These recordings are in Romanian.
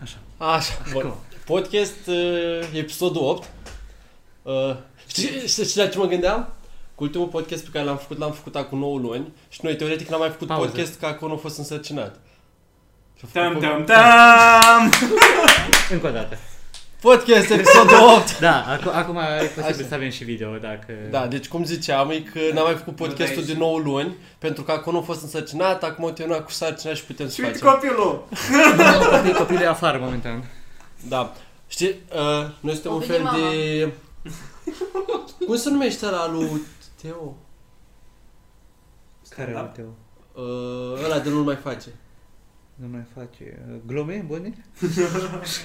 Așa, bun. Podcast, uh, episodul 8. Uh, știi, știi, știi la ce mă gândeam? Cu ultimul podcast pe care l-am făcut, l-am făcut acum 9 luni și noi teoretic n-am mai făcut Pauză. podcast că acolo am fost însărcinat. Și-a făcut Tam, po- tam, tam! Încă o dată. Podcast, episodul 8! Da, acu- acum e posibil Așa. să avem și video dacă... Da, deci cum ziceam, e că n-am mai făcut podcastul dai de și- 9 luni pentru că acum am fost însărcinat, acum am terminat cu sarcina și putem să Și uite facem. copilul! Copil, copilul e afară momentan. Da. Știi, uh, noi suntem O un vine fel mama. de... Cum se numește ăla lui Teo? Care Da. da. tău? Uh, ăla de nu mai face. Da. Nu mai face uh, glume bune?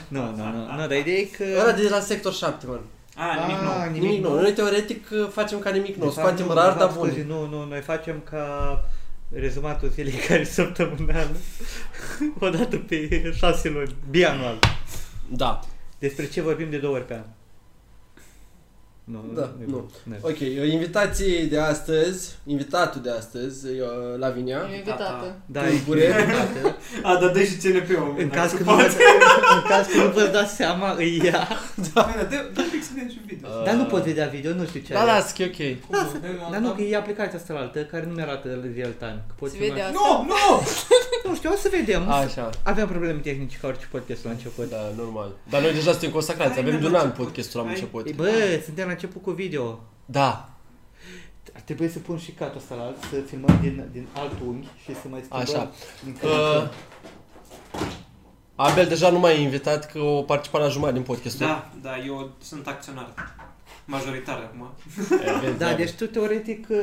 nu, nu, nu, nu, dar ideea e că... Ăla de la sector 7, mă. A, nimic Ah, nou. Nimic nou. Noi teoretic uh, facem ca nimic nou. De fapt, Scoatem nu, rar, de dar fapt, scuze, bun. Nu, nu, noi facem ca rezumatul zilei care e săptămânal. o dată pe șase luni, bianual. Da. Despre ce vorbim de două ori pe an. Nu, Da, e nu. bun. Merge. Ok, uh, invitații de astăzi, invitatul de astăzi, e, uh, Lavinia. Eu invitată. Da, e tulbure. invitată. A, dar dă și CNP-ul. În dacă caz, se că nu poate. vă, în caz că nu vă dați seama, îi ia. Băi, dar Dă dă fix să vedem și video. Uh, Dar nu pot vedea video, nu știu ce Da, are. las, că e ok. Da, Dar nu, că e aplicația asta la altă, care nu mi-arată real time. Că poți Se să vede mai- asta. Nu, nu! Nu știu, o să vedem. o să- Așa. Aveam probleme tehnice ca orice podcast la început. Da, normal. Dar noi deja suntem consacrați, Hai, avem de un mergem. an podcastul am Hai. început. Ei, Bă, suntem la început cu video. Da, Ar trebui să pun și cut ăsta la alt, să filmăm din, din alt unghi și să mai schimbăm. Așa. Din Uh, uh, Abel deja nu mai e invitat că o participa la jumătate din podcastul. Da, da, eu sunt acționar. Majoritar acum. Ai Eh, vezi, da, Abel. deci tu teoretic uh,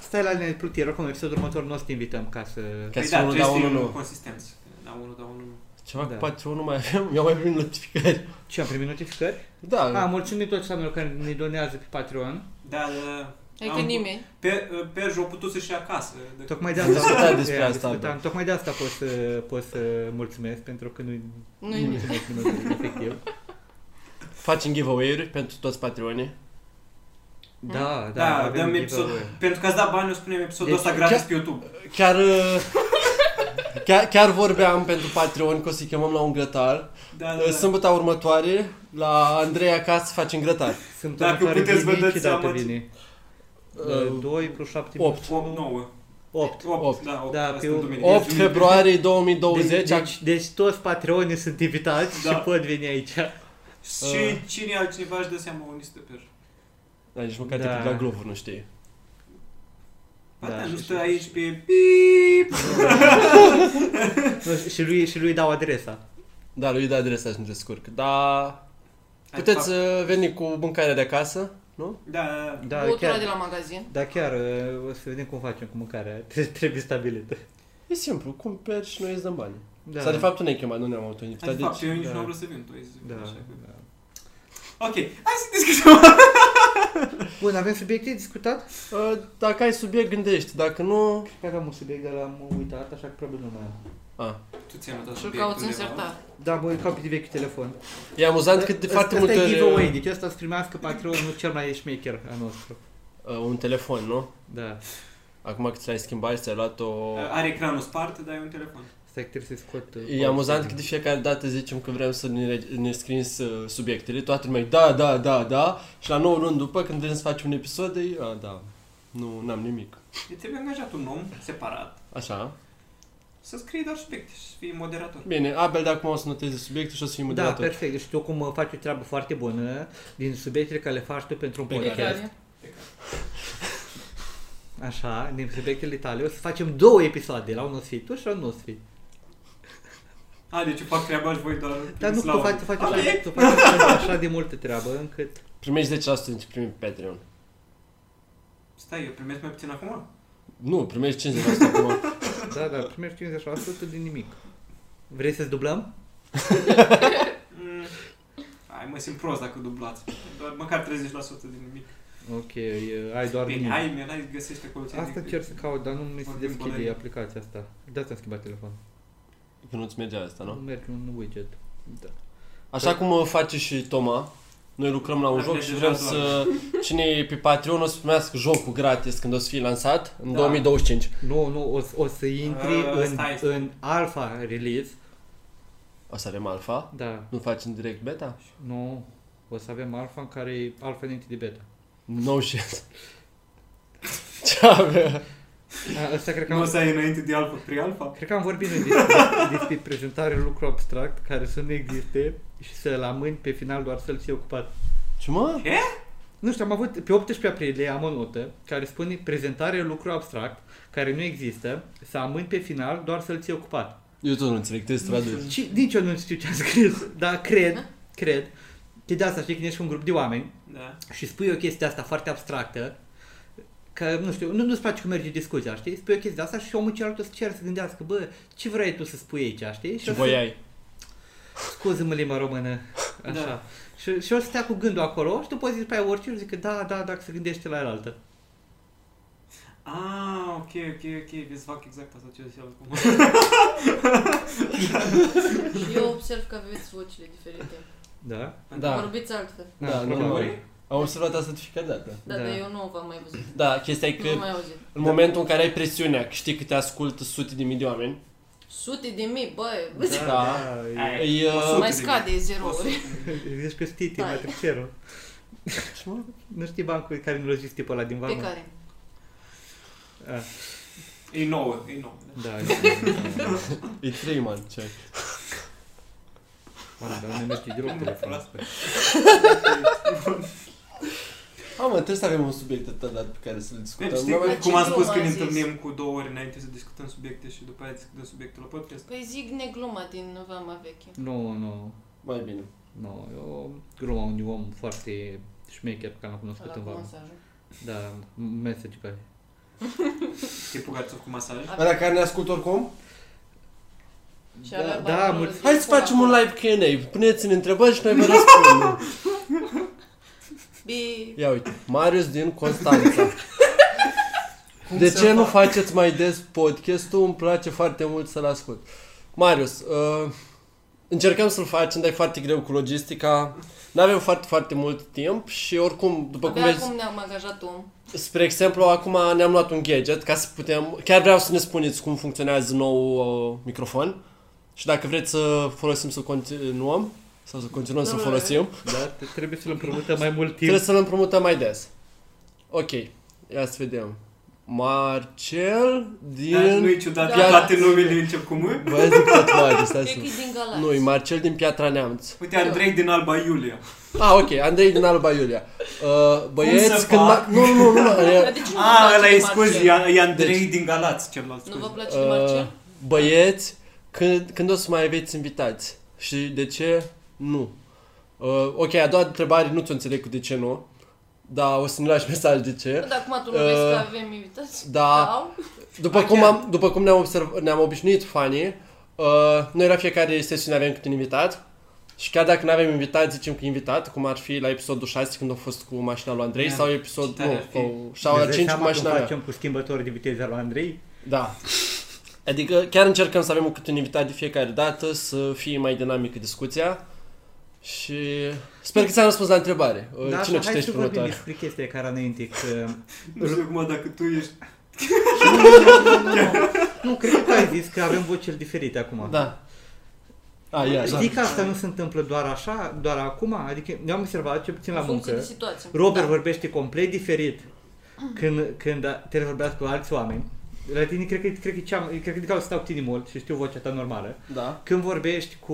stai la neplutire, oricum episodul următor nu o să te invităm ca să... Ca Păi să da, unul trebuie da să unul fim nu. consistenți. Da, unul, da, unul, nu. Ceva cu Da. Patreon nu mai avem, mi-au mai primit notificări. Ce, am primit notificări? Da, A, mulțumim toți oamenilor care ne donează pe Patreon. Da, da, da. Adică Am- nimeni. Pe, Perju a putut să-și ia acasă. De- Tocmai de Am discutat asta despre e, am asta, da. discutat. bă. Tocmai de asta pot să, pot să mulțumesc pentru că nu-i Nu-i nimic. mulțumesc nimănui, efectiv. facem giveaway-uri pentru toți Patreonii. Da, da, Da, avem dăm episod. Pentru că ați dat bani, o spunem episodul Deci, ăsta gratis ce- pe YouTube. Chiar, uh, chiar, chiar vorbeam pentru Patreon că o să-i chemăm la un grătar. Da, da, Uh, da. Sâmbăta următoare, la Andrei acasă, facem grătar. Sunt Dacă următoare puteți, vă linii, dați ce dată seama ce- vine? Uh, 2 plus 7 opt. 8, 9. 8. 8, da, 8. Da, pe 8 deci, februarie 2020. Deci, deci, deci toți patronii sunt invitați Da. și pot veni aici. Și cine altcineva își dă seama unii stă pe Da, nici măcar Da. da. la Glovul nu știe. Ba Da, da, nu și- stă și- aici pe pip. Nu, și, lui, și lui dau adresa. Da, lui de adresa și nu descurc. Da, Hai, puteți fac- uh, veni cu mâncarea de acasă, nu? Da, da, da. Da, Băutura de chiar, la magazin. da, chiar uh, o să vedem cum facem cu mâncarea. Tre- Trebuie stabilită. E simplu, cumperi și noi îți dăm bani. Da. Da. Sau de fapt tu ne-ai chemat, nu ne-am autoinvitat, Hai, de fapt, deci... eu nici da. nu am vrut să vin, tu ai zis. Da, așa că- da. Ok, hai să discutăm. Bun, avem subiecte de discutat? Uh, Dacă ai subiect, gândești, dacă nu... Cred că aveam un subiect, dar l-am uitat, așa că probabil nu mai am. A. Tu ți-ai notat Și-l subiectul cauți în undeva? sertar. Da, bă, ca pe vechi telefon. E amuzant cât Da, de foarte Asta multe e giveaway, ori... deci asta o să primească patronul cel mai șmecher al nostru. Uh, un telefon, nu? Da, Acum că ți l-ai schimbat și ți-ai luat o... Are ecranul spart, dar e un telefon. stai că trebuie să-i scot. uh, E amuzant că pauză. de fiecare dată zicem că vrem să ne, reg- ne scrins uh, subiectele, toată lumea e da, da, da, da, și la 9 luni după când vrem să facem un episod, e, a, da, nu, n-am nimic. E Deci trebuie angajat un om separat Așa. să scrie doar subiecte și să fii moderator. Bine, Abel de acum o să noteze subiectul și o să fii Da, moderator. perfect. Deci tu cum uh, faci o treabă foarte bună din subiectele care le faci tu pentru un Pe care- podcast. Pecare. Așa, din subiectele tale. O să facem două episoade. La unul o să fii tu și la unul o să fii. A, deci eu fac treaba și voi doar... Dar nu, la tu faci, audio. tu faci, Ok. așa, tu faci așa, așa de multă treabă încât... Primești 10% din ce primi pe Patreon. Stai, eu primesc mai puțin acum? Nu, primești 50% acum. Da, da, primești 56% din nimic. Vrei să-ți dublăm? Mm. Hai, mă simt prost dacă dublați. Doar măcar 30% din nimic. Ok, uh, ai doar Bine, nimic. hai, mi hai, găsește acolo ce Asta zic. cer să caut, dar nu mi se Vorbim cu deschide Valeria. aplicația asta. Da, ți-am schimbat telefonul. Că nu-ți merge Da, asta, Nu nu? merge un widget. Da. Așa cum uh, face și Toma, noi lucrăm la un Ar joc merge și vrem la doar. să... Cine e pe Patreon o să primească jocul gratis când o să fie lansat în Da. 2025. Nu, nu, o, să- o să intri Ah, în, stai, stai. în alpha release O să avem alfa? Da. Nu facem direct beta? Nu. O să avem alfa în care e alfa înainte de beta. No shit. Ce avea? A, Asta cred că Nu o am, să ai înainte de alfa, pre-alfa? cred că am vorbit noi despre, despre prezentare lucru abstract care să nu existe și să-l amâni pe final doar să-l ții ocupat. Ce mă? Nu știu, am avut pe 18 aprilie am o notă care spune prezentare lucru abstract care nu există, să amâni pe final doar să-l ții ocupat. Eu tot nu înțeleg, trebuie să traduci. Și nici eu nu știu ce a scris, dar cred, cred că de asta știi când ești cu un grup de oameni Da. și spui o chestie asta foarte abstractă, că nu știu, nu, nu-ți place cum merge discuția, știi? Spui o chestie de asta și omul celălalt o să cer să gândească, bă, ce vrei tu să spui aici, știi? Ce o să- voi ai? Scuză-mă limba română, așa. Da. Da. Și, și o să stea cu gândul acolo și după zici pe aia orice și zic că da, da, dacă se gândește la altă. Ah, ok, ok, ok, vezi, fac exact asta ce ziceam acum. Și eu observ că aveți vocile diferite. Da? Da, Vorbiți altfel. Da, Ah, nu probabil. mori? am observat asta de fiecare dată. Da, Da. da. dar eu nu v-am mai văzut. Da, chestia e că Nu mai auzit. în momentul în care ai presiunea, că știi că te ascultă sute de mii de oameni, Sute de mii, bă, Da. da. Aia e. îi... O Uh... sută mai de mii. scade O sută de zerouri. mii. Ești peste mai Tai. tercerul. Ce mă? Nu știi bancul care nu logiți tipul ăla din Pe vamă? care? Ah, E nouă, e nouă. da. Da, da. E trei, man, ce ai? Mamă, dar nu mi merge deloc telefonul ăsta. A, mă, trebuie să avem un subiect atât dat pe care să-l Deci, discutăm. știi, Noi mai- ce cum am spus glumă că ne ai zis? întâlnim cu două ori înainte să discutăm subiecte și după aia discutăm subiectul la podcast. Păi zic negluma din vama veche. Nu, nu, Mai bine. nu. Eu gluma unui om foarte șmecher pe care l-am cunoscut La în cum vară. să ajung. Da, message pe Te pugați cu masaj. Dar dacă ne ascult oricum, Și Da, avea da, balconul mulțumesc. de hai să cum facem un acolo. live Q&A. Puneți-ne întrebări și noi vă răspundem. Bi, Ia uite, Marius din Constanța. De ce nu faceți mai des podcastul? Îmi place foarte mult să-l ascult. Marius, uh, încercăm să-l facem, dar e foarte greu cu logistica. Nu avem foarte, foarte mult timp și oricum, după cum abia vezi, acum ne-am angajat om. Spre exemplu, acum ne-am luat un gadget ca să putem... Chiar vreau să ne spuneți cum funcționează nou uh, microfon și dacă vreți să folosim să continuăm sau să continuăm să folosim, Da, te- trebuie să-l împrumutăm mai mult timp. trebuie să-l împrumutăm mai des. Ok, ia să vedem. Marcel Dar nu din... e ciudat, Da. toate numele încep cu M. Bă, zic tot Marius, stai Cred că să... e din Galați. Nu, e Marcel din Piatra Neamț. Uite, Andrei din Alba Iulia. Ah, ok, Andrei din Alba Iulia. Uh, băieți, să când... fac? ma- Nu, nu, nu, nu, Ah, e- Dar de ce nu vă A, Ah, place ăla e, de Marcel? scuzi, e e Andrei din Galați, celălalt, Nu vă scuze. place de Uh, Marcel? băieți, când, când o să mai aveți invitați? Și de ce nu? Uh, ok, a doua întrebare, nu ți-o înțeleg cu de ce nu, dar o să ne lași mesaj de Nu, ce. dar acum tu nu vezi că Uh, avem invitați? Da, Sau? după A, cum, chiar. am, după cum ne-am, observ, ne-am obișnuit fanii, uh, noi la fiecare sesiune avem câte un invitat și chiar dacă nu avem invitat, zicem că invitat, cum ar fi la episodul 6 când a fost cu mașina lui Andrei Da, sau ce episodul tare ar fi. nu, sau la 5 cu mașina mea. facem cu schimbători de viteză la Andrei? Da. Adică chiar încercăm să avem câte un invitat de fiecare dată, să fie mai dinamică discuția. Și sper că ți-am răspuns la întrebare. Da, Cine hai citește să vorbim următoarea? despre chestia care înainte, că... Nu știu acum dacă tu ești... Nu, cred că tu ai zis că avem voceli diferite acum. Da. A, ia, da. Știi că asta nu se întâmplă doar așa, doar acum? Adică eu am observat, cel puțin la În funcție muncă, de situație. Robert Da. vorbește complet diferit când, când te vorbească cu alți oameni. La tine cred că, cred că, cea, cred că de cauza stau cu tine mult și știu vocea ta normală. Da. Când vorbești cu,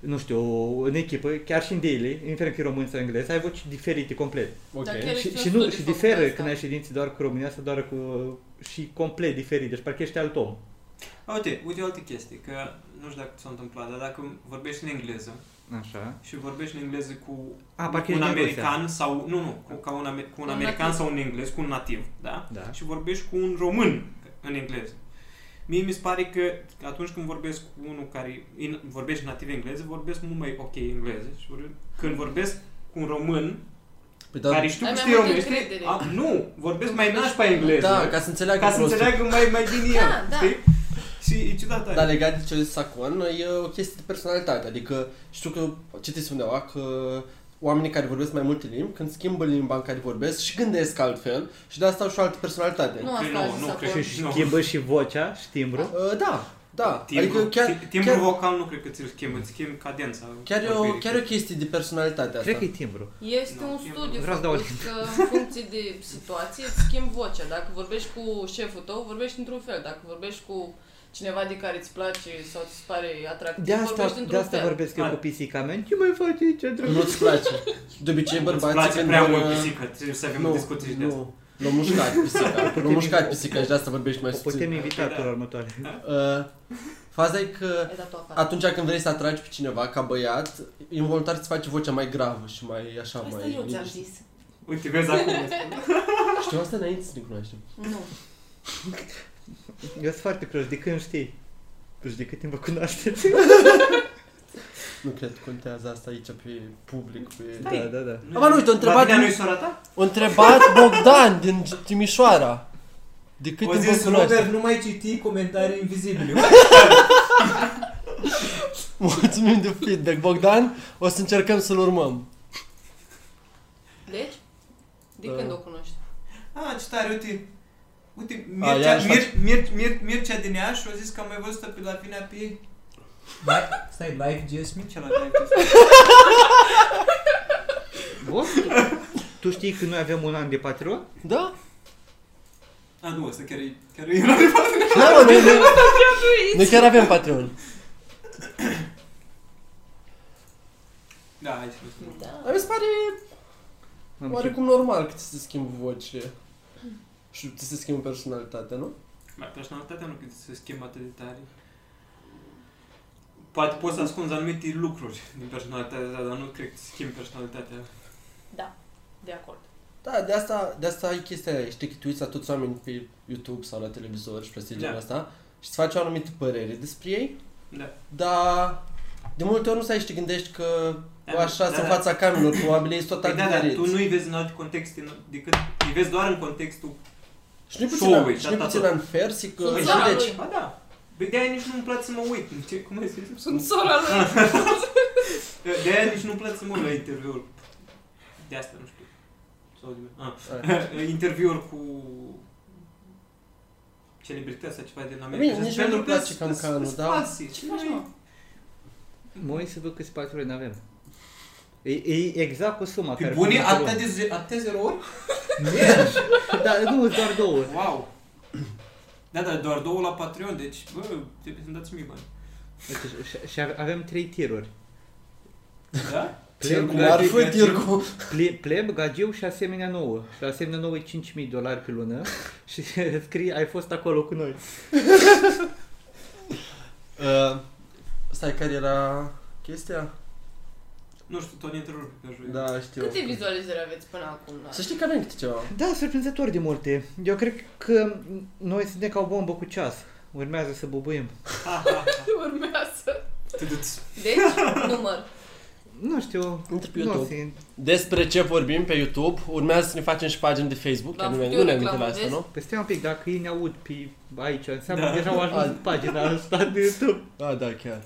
nu știu, în echipă, chiar și în daily, indiferent că e român sau englez, ai voci diferite complet. Ok. Dacă el- Și, un și nu, studiu și făcut diferă asta. când ai ședințe doar cu România sau doar cu... și complet diferit, deci parcă ești alt om. A, Uite, uite o altă chestie, că nu știu dacă s-a întâmplat, dar dacă vorbești în engleză Așa. și vorbești în engleză cu A, parcă un e din american sau... Nu, nu, cu, ca un, ame- cu un Un american nativ. sau un englez, cu un nativ, da? Da. și vorbești cu un român în engleză. Mie mi se pare că atunci când vorbesc cu unul care in, vorbește nativ engleză, vorbesc mult mai ok engleză. Și vorbe- când vorbesc cu un român Păi, da. da, care știu Ai că mai știe multă românește, încredere. a, nu, vorbesc mai nașpa engleză. da, ca să înțeleagă ca să prostul. înțeleagă mai, mai bine el. Da, da. Știi? Și e ciudat tare. Dar legat de ce a zis Sacon, e o chestie de personalitate. Adică știu că citiți undeva că oamenii care vorbesc mai multe limbi, când schimbă limba în care vorbesc și gândesc altfel și de asta au și o altă personalitate. Nu Păi asta nu, a zis nu, acolo. cred Și Nu. schimbă și vocea și timbru. Uh, da, Da, adică Timbru, chiar, ti- timbrul chiar, vocal nu cred că ți-l schimbi, îți schimbi cadența. chiar, e o, vorbirii. chiar e o chestie de personalitate asta. Cred că e timbru. Este Nu, un eu studiu vreau să dau făcut că în funcție de situație îți schimbi vocea. Dacă vorbești cu șeful tău, vorbești într-un fel. Dacă vorbești cu cineva de care îți place sau ți se pare atractiv, De asta, vorbești de într-un asta fel. vorbesc eu Hai. cu pisica mea. Ce mai faci ce drăguț? Nu-ți place. De obicei Îți bărbații place când prea vor, mult uh, pisică, trebuie să avem nu, discuții și de asta. nu. L-a mușcat pisica. L-a mușcat pisica și de asta vorbești mai O putem subțin. invita Da. pe la următoare. Uh, faza e că Ai dat tu afară. atunci când vrei să atragi pe cineva ca băiat, involuntar îți face vocea mai gravă și mai așa Asta mai... eu ți-am liniștit. zis. Uite, vezi acum. Știu asta înainte să ne cunoaștem. Nu. Eu sunt foarte curios, de când știi? Deci de cât timp vă cunoașteți? Nu cred că contează asta aici pe public, pe... Stai. Da, da, da. Mă, nu uite, o întrebat, Martina nu-i sora ta? o întrebat Bogdan din Timișoara. De cât O timp zis vă cunoașteți? Robert, nu mai citi comentarii invizibile. Mulțumim de feedback, Bogdan. O să încercăm să-l urmăm. Deci? De Da. când o cunoști? A, Ah, ce tare, uite. Uite, A, ea Mircea, așa- Mir, Mir, Mir, Mircea din Iași a zis că am mai văzut-o pe la Vina pe... Stai, live GSM? Mircea la Vina Bun. Tu știi că noi avem un an de patron? Da? A, Ah, nu, asta chiar e... Chiar e era de Da, mă, noi, noi, noi chiar avem Patreon. Da, hai să spun. Da. Dar mi se pare Am oarecum normal că ți se schimbă vocile. Și ți se schimbă personalitatea, nu? Mai personalitatea nu cred că se schimbă atât de tare. Poate poți să ascunzi anumite lucruri din personalitatea ta, dar nu cred că schimbi personalitatea. Da. De acord. Da, de asta, de asta e chestia aia. Știi că tu uiți la toți oameni pe YouTube sau la televizor și pe Da. genul asta și îți faci o anumită părere despre ei, Da. dar de multe ori nu stai și te gândești că Da, bă, așa da, sunt în da. fața camerelor, probabil ei sunt tot Păi da, dar diferiți. tu nu-i vezi în alte contexte în- decât... Îi vezi doar în contextul... Și nu-i show-ul, puțin, și nu-i da, puțin da, unfair, zic că... Sunt și sora deci, lui. Ba da. Păi de-aia nici nu-mi place să mă uit. Ce, cum ai zis? Sunt sora lui. De-aia nici nu-mi place să mă uit la interviuri. De asta, nu știu. Sau de... Ah. Hai. interviuri cu celebrități sau ceva din America. Bine, nici nu-mi place cancanul, da. Ce faci, mă? Mă uit să văd câți patroni avem. E, e exact cu suma Pe care... Păi bune, pune acolo. atâtea de ze- atâtea zero ori? Da, nu, sunt doar două. Wow! Da, da, doar două la Patreon, deci, bă, trebuie să-mi dați mie bani. Uite, și- Și avem trei tiruri. Da? Tir cu Pleb, ar fi, Gagiu, tir Gagiu. cu... ple- pleb, gagiu și asemenea nouă. Și la asemenea nouă e 5.000 dolari pe lună și scrie ai fost acolo cu noi. Uh, stai, care era chestia? Nu știu, tot ne întrerup pe joi. Da, știu. Câte vizualizări aveți până acum? la- Să știi că avem câte ceva. Da, surprinzător de multe. Eu cred că noi suntem ca o bombă cu ceas. Urmează să bubuim. Ha, ha, ha. Urmează. Tuduț. Deci, număr. Nu știu. Intră pe Nu YouTube. se... Despre ce vorbim pe YouTube, urmează să ne facem și pagini de Facebook, că L-am nu făcut ne- eu nu ne aminte reclamă, la asta, vezi? nu? Păi stai un pic, dacă ei ne aud pe aici, înseamnă Da. că deja au ajuns Azi. pagina asta de YouTube. Da, da, chiar.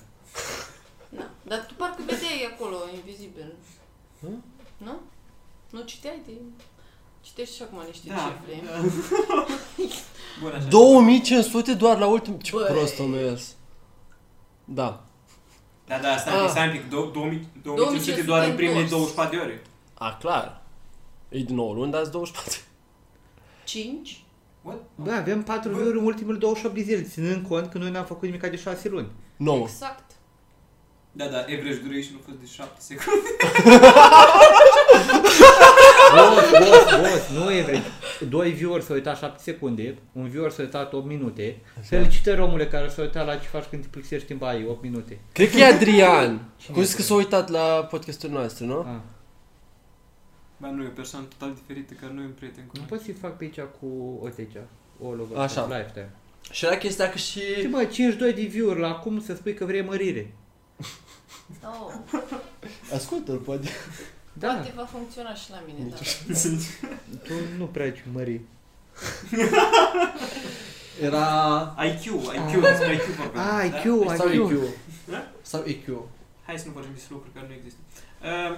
Da. Dar tu parcă vedeai acolo, invizibil. Hm? Hă? Nu? Nu citeai de... Citești și acum niște Da. cifre. Bun, așa. 2500 doar la ultim... Ce Băi. prost om e ăsta. Da. Da, da, stai, Ah. ah. stai un pic, dou- 2000 2500 2500 doar în primele întors. 24 de ore. A, clar. E din 9 luni, dar sunt 24. 5? What? Da. Bă, Da, avem 4 Bă. view în ultimele 28 de zile, ținând cont că noi n-am făcut nimic de 6 luni. 9. Exact. Da, da, average duration a fost de 7 secunde. Boss, boss, boss, nu e vrei. Doi viewer s-au uitat 7 secunde, un viewer s-a uitat 8 minute. Felicitări omule care s-a uitat la ce faci când te plictisești în baie, 8 minute. Cred că e Adrian. Cum zici că s-a uitat la podcastul nostru, nu? Ah. Ba nu, e o persoană total diferită, că nu e un prieten cu Nu Păi- noi. pot să-i fac pe aici cu Otecea. All over Așa. lifetime. Și era chestia că Ce și... mă, 52 de viewer la acum să spui că vrei mărire. Oh. Ascultă-l, poate. Da, Poate va funcționa și la Deci mine, da. tu nu prea ai mări. Era... IQ, IQ, despre IQ vorbim. Ah, IQ, Da? Păi, Sau IQ. EQ. Da? Sau EQ. Hai să nu vorbim despre lucruri care nu există. Uh,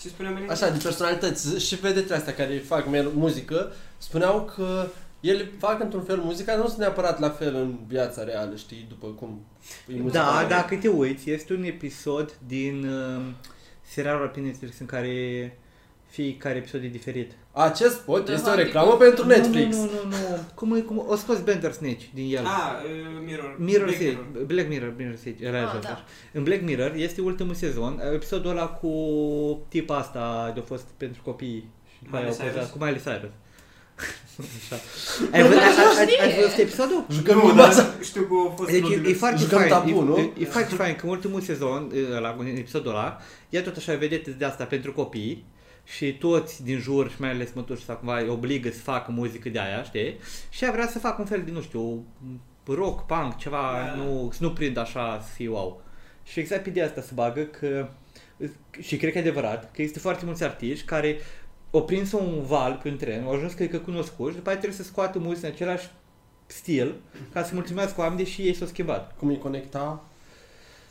ce spuneam înainte? Așa, de personalități și vedetele astea care fac mer- muzică, spuneau că ele fac într-un fel muzica, nu sunt neapărat la fel în viața reală, știi, după cum e muzica. Da, reală. dacă te uiți, este un episod din uh, serialul pe Netflix în care fiecare episod e diferit. Acest pot Da, este o adică- reclamă pentru Netflix. Nu, nu, nu, nu. Cum, e- cum o scos Bandersnatch din el. Ah, uh, Mirror. Mirror Black Sage, Black Mirror, Mirror Sage, era Ah, ah, da. da. În Black Mirror este ultimul sezon, Ă, episodul ăla cu tipa asta de a fost pentru copii și după aia Miley au pozat Cyrus? cu Miley Cyrus. Așa. Ai văzut, ai- ai- ai știe. văzut episodul? Jucăm Nu, nu, dar știu că a fost Deci unul e, din- e foarte Jucăm fain, tabu, e, nu? e- e foarte fain că în ultimul sezon, la episodul ăla, ea tot așa vedeți de asta pentru copii și toți din jur și mai ales mătuși sau cumva îi obligă să facă muzică de aia, știi? Și ea vrea să facă un fel de, nu știu, rock, punk, ceva, Da. nu, să nu prind așa să fie wow. Și exact pe ideea asta se bagă că, și cred că e adevărat, că există foarte mulți artiști care au prins un val pe un tren, au ajuns cred că cunoscuți, după aia trebuie să scoată muzică în același stil ca să mulțumească oamenii și ei s-au schimbat. Cum îi conecta?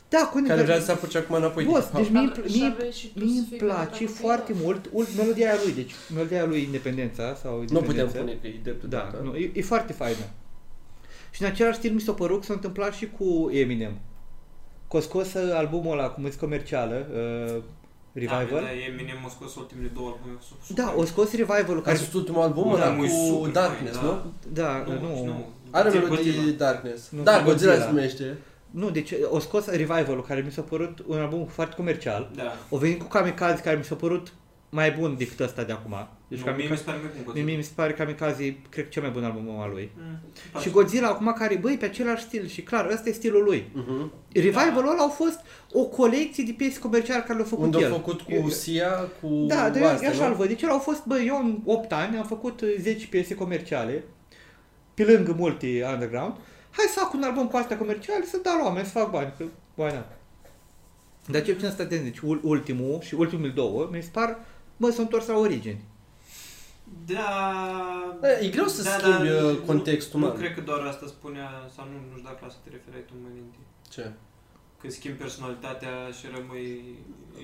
Da, cu Care vrea să da. se apuce acum înapoi. Boss, Ha. deci mie, Dar și mie, aveai și tu mie să îmi fii place conectat cu foarte fiecare. mult ul- melodia aia lui, deci melodia aia lui Independența sau nu putem Independență. spune că e dreptul Da, tău, nu, e, e foarte faină. Și în același timp mi s-a părut că s-a întâmplat și cu Eminem. Că a scos uh, albumul ăla cu muzică comercială, uh, Da, Revival. Da, e minim a scos ultimele două albumuri. sub- sub- Da, o scos Revival-ul Care care... sunt ultimul album Da, ăla mă, e cu super, Darkness, băi, da. nu? Da, Nu, nu, nu. nu. Are Țin melodii Godzilla. Darkness. Nu, Da, Godzilla. Godzilla se numește. Nu, deci o scos Revival-ul care mi s-a părut un album foarte comercial. Da. O venit cu Kamikaze care mi s-a părut mai bun decât ăsta de acum. Deci Deci Kamikaze- mie mi se pare mai bun Godzilla. Mie, mie mi se pare Kamikaze, cred că cel mai bun album al lui. Mm, Și place. Godzilla acum care, băi, pe același stil și clar, ăsta e stilul lui. Mhm. Revival-ul ăla au fost o colecție de piese comerciale care le-a făcut Unde el. a făcut Eu- cu Sia, cu Da, dar eu astea, așa nu? îl văd. Deci el au fost, băi, eu în 8 ani am făcut uh, 10 piese comerciale, pe lângă multe underground. Hai să fac un album cu astea comerciale, să dau la oameni, să fac bani, că why not? Dar ce puțin să atent, deci ul- ultimul și ultimul două, mi se par, mă, s-au întors la origini. Da... Da, e greu să schimbi, uh, contextul, nu, nu man. cred că doar asta spunea, sau nu, nu știu dacă la asta te referai tu mai înainte. Ce? Când schimbi personalitatea și rămâi...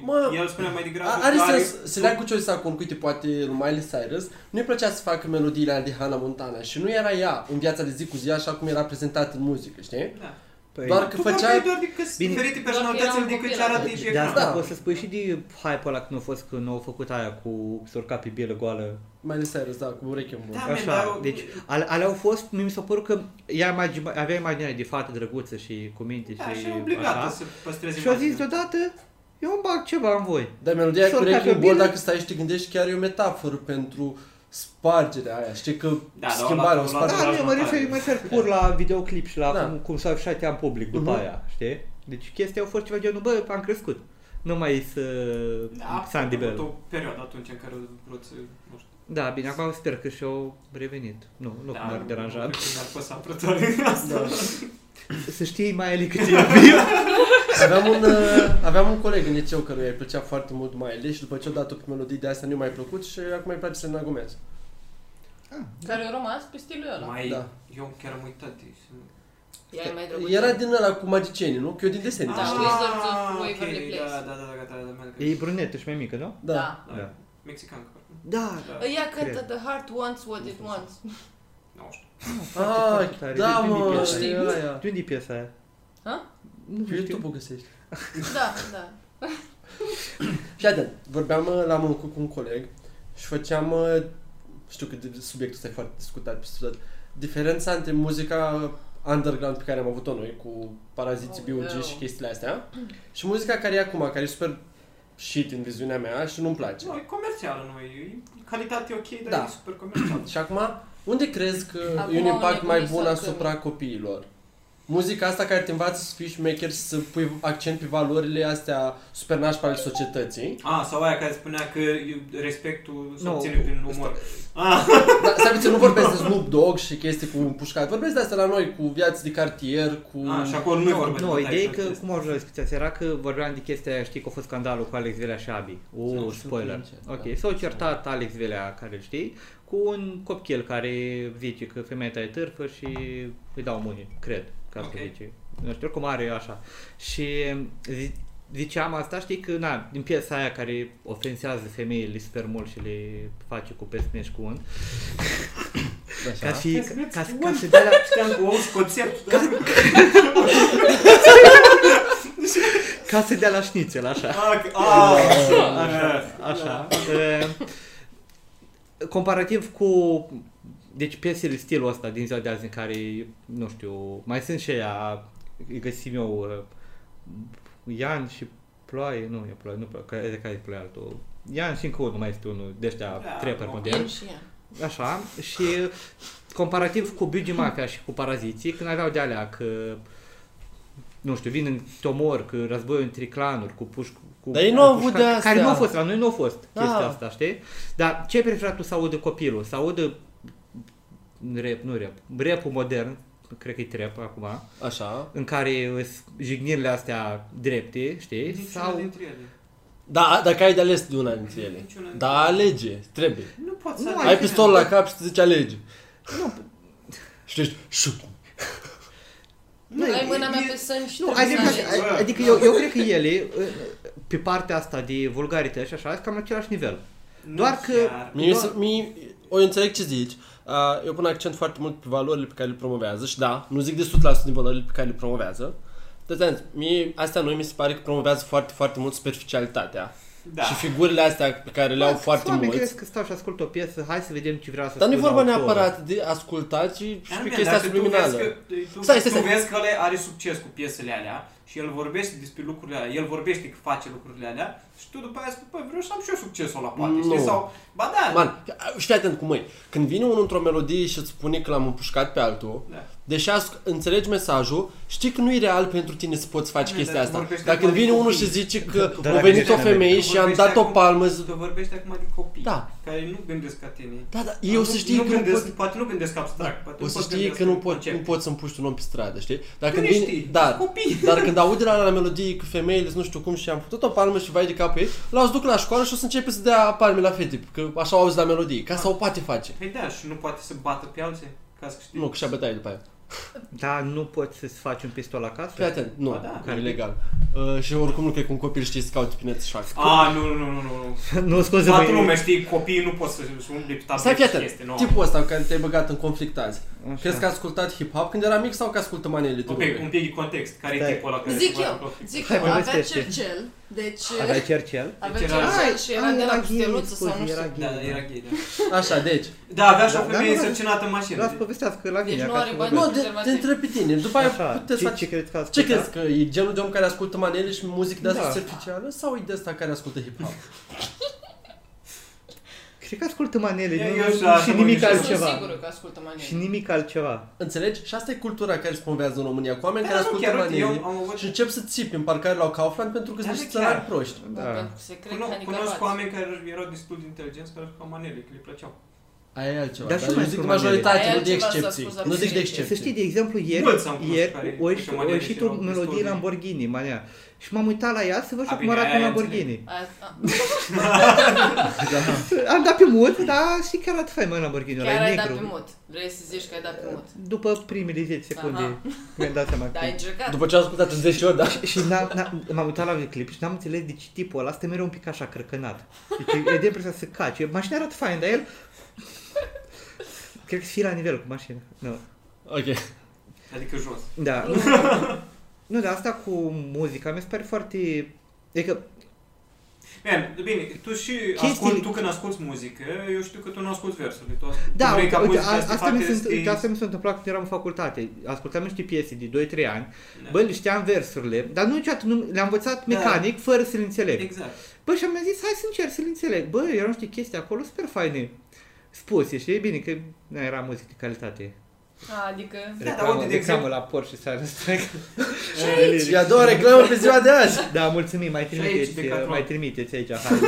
Mă, El spunea mai degrabă... A- că Are sens să leagă cu Joyce acum, uite, poate lui Miley Cyrus, nu-i plăcea să facă melodiile alea de Hannah Montana și nu era ea în viața de zi cu zi așa cum era prezentat în muzică, știi? Da. Păi, Doar Că Că tu făcea- făceai doar decât Bine. diferite Doar că personalități eram decât copil ce arată atunci. ei pe De ecran. asta Da. poți să spui și de hype-ul ăla când a fost, când au făcut aia cu s urca pe bilă goală. Miley Cyrus, da, cu ureche în Da, bun. man, Așa, dar- deci ale, ale au fost, mi s-a părut că ea imagine, avea imaginea de fată drăguță și cu minte Da, și și e obligată așa. să păstreze Și au imaginea. zis deodată, eu îmi bag ceva în voi. Dar melodia aia Și cu urca ureche pe în bun, bilă. dacă stai și te gândești, chiar e o metaforă pentru spargerea aia, știi că Da, dar o schimbarea, o luat- o luat- spargere. Parcă Da, la nu, mă jumătate. refer, mă refer pur la videoclip și la Da. cum, cum s-a afișat ea în public după Mhm. aia, știi? Deci chestia au fost ceva genul, bă, am crescut. Nu mai e să... Da, a Sandy avut Bell. o perioadă atunci în care vrut să, nu știu, Da, bine, acum sper că și-au revenit. Nu, nu da, că m-ar deranja. Nu cred că mi-ar păsa prătoare asta. Da. Să știi mai ele cât e iubit. Aveam un, uh, aveam un coleg în liceu căruia îi plăcea foarte mult Miley și după ce o dată pe melodii de astea nu-i mai plăcut și acum îi place Selena Gomez. Care au rămas pe stilul ăla. Mai, Da. eu chiar am uitat de Ea e mai drăguță. Era din ăla cu magicienii, nu? Că eu din desene. Da, știi? știi? Wizards of Ah, ok, Waverly Place. Da, da, da, da, gata, da, da, E brunetă și mai mică, nu? Da. da. Da. da. Mexican, cred. Da. Da. Ea cântă Cred. The Heart Wants What It Wants. Nu știu. Ah, tare. da, De- de unde mă, piesă? e aia. De unde e piesa aia? Ha? Nu Pe știu. YouTube o găsești. Da, da. Fii atent, vorbeam uh, la muncă cu un coleg și făceam, uh, știu că de- subiectul ăsta e foarte discutat pe studiat, diferența între muzica underground pe care am avut-o noi cu Paraziții, Oh, B.U.G. no. și chestiile astea și muzica care e acum, care e super shit în viziunea mea și nu-mi place. Nu, e comercială, nu e. e- Calitatea e ok, dar Da. e super comercială. Și acum, unde crezi că Acum e un impact oamenii mai cum bun să asupra copiilor? Muzica asta care te învață să fii șmecher și să pui accent pe valorile astea super nașpa ale societății Ah, sau aia care spunea că iu- respectul se Nu, obține prin umor. Ah, Dar Da, stai puțin, nu vorbesc de Snoop Dogg și chestii cu împușcat. Vorbesc de astea la noi, cu viați de cartier, cu... ah, și acolo nu e vorba de Nu, bătaie ideea e și că, alte cum au ajuns la discuția asta, era că vorbeam de chestia aia, știi că a fost scandalul cu Alex Velea și Abi. Nu O, știu spoiler. cum e ce- Ok, da. s-au certat Alex Velea, care îl știi, cu un copchel care zice că femeia ta e târfă și îi dau mâini, cred, că asta Ok. zice. Nu știu, oricum are așa. Și zi- ziceam asta, știi că, na, din piesa aia care ofensează femeile super mult și le face cu pesmești cu un, Ca Așa. și, Ca- ca, ca, ca să dea la, Știam cu ou și concept, dar... ca să dea la șnițel, așa. Ah, că- ah, Așa, așa. E, Ă, Comparativ cu deci piesele stilul ăsta din ziua de azi în care, nu știu, mai sunt și aia, îi găsim eu, e, Ian și Ploaie, nu e Ploaie, nu Ploaie, că e care e Ploaie altul. Ian și încă unul, mai este unul de ăștia Da, trapper nu. modern. Bine și ea. Așa, și comparativ cu Bigi Mafia și cu Paraziții, când aveau de alea că, nu știu, vin în tomor, că război între clanuri, cu puș cu Dar ei nu cu au avut pușcani, de astea. Care nu au fost, la noi nu au fost Da. chestia asta, știi? Dar ce prefera tu să audă copilul? Să audă rap, nu rap, rap modern, cred că e trap acum, Așa. în care îs jignirile astea drepte, știi? Niciuna Sau... dintre ele. Da, dacă ai de ales de una dintre ele. Niciuna dintre Da, alege, trebuie. Păi Nu pot Nu să... ai Ai pistol la cap și te zice alege. Nu. Și ești, șut. Nu, ai mâna mea pe sân și Nu, trebuie ai să dreptate. alegi. ai- Adică eu, eu cred că ele, pe partea asta de vulgarități și așa, sunt cam același nivel. Nu doar că- chiar. Mie, Doar- se- mie, o înțeleg ce zici. Uh, Eu pun accent foarte mult pe valorile pe care le promovează și da, nu zic de 100% din valorile pe care le promovează. Dar ți-am zis, mie, astea noi mi se pare că promovează foarte, foarte mult superficialitatea. Da. Și figurile astea pe care le au Bă, foarte oameni mulți. crezi că stau și ascult o piesă, hai să vedem ce vrea să Dar nu e spună vorba autorul. neapărat de ascultat, ci și Dar, pe man, chestia dacă tu vezi subliminală. că- Stai, Tu, stai, stai, stai, stai. tu vezi că ăla are succes cu piesele alea și el vorbește despre lucrurile alea, el vorbește că face lucrurile alea și tu după aia spui, păi vreau să am și eu succesul la poate, Nu. știi? Sau, ba da, Man, știi atent cum e. Când vine unul într-o melodie și îți spune că l-am împușcat pe altul, Da. deși as- înțelegi mesajul, știi că nu e real pentru tine să poți face Nu, chestia dar asta. vorbește Dacă acum de vine unul copii. și zice că Dar a dacă venit ești o în America. femeie Tu și am vorbești dat o acum- palmă, zi- Tu vorbești acum de copii Da. care nu gândesc ca tine. da, da, eu Nu- să știi nu că nu gândesc, pot, poate nu gândesc abstract, poate o să pot știi gândesc că nu, în pot, nu concept. poți să împuși un om pe stradă, știi? Dacă Tu nu vine, știi, dar, sunt copii. dar când aude la, la melodie că femeile sunt nu știu cum și am făcut o palmă și vai de capul ei, la o să duc la școală și o să începe să dea palme la fete, că așa auzi la melodie, ca să o poate face. Păi da, și nu poate să bată pe alții, ca să câștige. Nu, că și-a bătaie după aia. Da, nu poți să-ți faci un pistol acasă? Fii atent, nu, Ba da. care e legal. Uh, și oricum nu cred că un copil știe să caute pine să facă. A, Ah, nu, nu, nu, nu, nu. nu, scuze, Toată mă, lumea știe, copiii nu pot să să umble pe Stai tablet fii și atent, chestii, nu. tipul ăsta cu care te-ai băgat în conflict azi. Așa. Crezi că a ascultat hip-hop când era mic sau că ascultă manele Un pic, un pic de context, care Stai. e tipul ăla care Zic se bate eu, cu- zic Hai, eu, mai avea vestește. cercel, deci... Aveai cercel? Avea Deci era- cercel și era Ai, de ai, la era gay, Custeluță sau nu scuze, știu. era Da, da, era gay, da. Așa, deci. Da, avea și o Da, da, femeie nu, nu. însărcinată în mașină. Las povestească la Deci vine nu acasă are mă bani? duc. Nu, de, te întreb pe tine. După aia Așa, puteți ce, ce face... crezi că a Ce crezi? ascultat? Că e genul de om care ascultă manele și muzică de asta Da. superficială sau e de asta care ascultă hip-hop? Cred că ascultă manele, Eu- nu, eu nu- și așa și mă nimic gândesc. Sunt altceva. sigură că ascultă deci- manele. Și nimic altceva. Înțelegi? Și asta e cultura care se promovează în România, cu oameni Da, care nu, ascultă chiar, uite, manele eu am avut- și încep să țipi în parcare la Kaufland pentru că sunt Da, niște chiar. țărani proști. Da, Da. pentru că se cred Cuno- Cunosc handicapați. oameni care erau destul de inteligenți, care erau manele, că le plăceau. Aia e altceva. Dar Dar, și eu mai zic sunt majoritate, manele. nu de Aia altceva s-a excepții. spus la Nu zic de biserică. excepții. Să știi, de exemplu, ieri, Mulți am cunoscut ieri care- o ieșit- uite, o manele ieșit și erau o melodie destul de- Lamborghini, mania. Și m-am uitat la ea să văd și A, cum bine, arată un aia Lamborghini. A- a- Am dat pe mut, dar și chiar arată fain, mă, Lamborghini, Chiar Deci ăla e ai dat pe negru. Da. mut. Vrei să zici că ai dat pe mut. După primele 10 secunde Aha. Da, mi-am dat seama că... Dar ai încercat. După ce am ascultat în 10 ori, da? Și n-am- n-am- m-am uitat la clip și n-am înțeles de ce tipul ăla este mereu un pic așa crăcănat. Deci e de impresia să cace. Mașina arată fain, dar el... Cred că și la nivel cu mașina. Nu. Ok. Adică jos. Da. Nu, nu dar asta cu muzica mi se pare foarte... Adică, Man, bine, tu și ascult, tu când asculti muzică, eu știu că tu nu asculti versurile, tu asculti. da, tu vrei uite, ca uite, muzica a, să te asta, mi facă să sunt, te- uite, asta mi s-a întâmplat când eram în facultate. Ascultam niște piese de 2-3 ani, Da. bă, le știam versurile, dar nu niciodată, nu, le-am învățat Da. mecanic, fără să le înțeleg. Exact. Bă, și am zis, hai să încerc să-l înțeleg. Bă, erau niște chestii acolo super faine spuse, știi? Bine că nu era muzică de calitate. A, Adică... dar Reclamă- uite, reclamă de exemplu- la Porsche s-a răstrec. Și a doua reclamă pe ziua de azi. Da, mulțumim, mai Și aici, trimiteți, uh, Decathlon. mai trimiteți aici. Hai.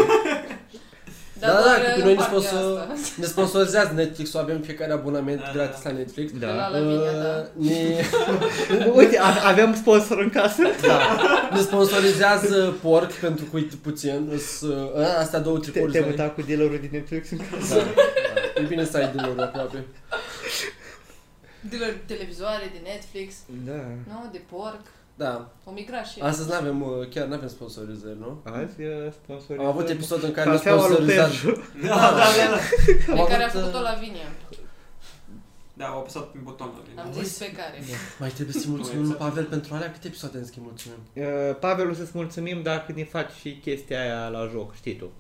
Da, da, doar că pe în noi ne, partea sponsor... asta. ne sponsorizează Netflix-ul, avem fiecare abonament Da, da, gratis da. la Netflix. Că La Da. Lavinia, da. Uh, ne, Uite, a- aveam sponsor în casă. da. ne sponsorizează porc pentru că uite puțin. îs, uh, Astea două Te, tricouri. te să ai. muta cu dealerul din Netflix în casă. Da, da. E bine să ai din urmă aproape. De la televizoare, de Netflix, Da. nu? De porc. Da. O micrașie. Astăzi nu avem, uh, chiar nu avem sponsorizări, nu? Azi sponsor. Am avut episod în care ne Cafeaua lui sponsorizat. Perju. Da, da, da, da. Am Pe care a avut, uh, făcut-o Lavinia. Da, au apăsat pe buton la mine. Am zis pe care. Mai trebuie să-i mulțumim lui Pavel pentru alea câte episoade în schimb mulțumim. Uh, Pavel, o să-ți mulțumim dacă ne faci și chestia aia la joc, știi tu.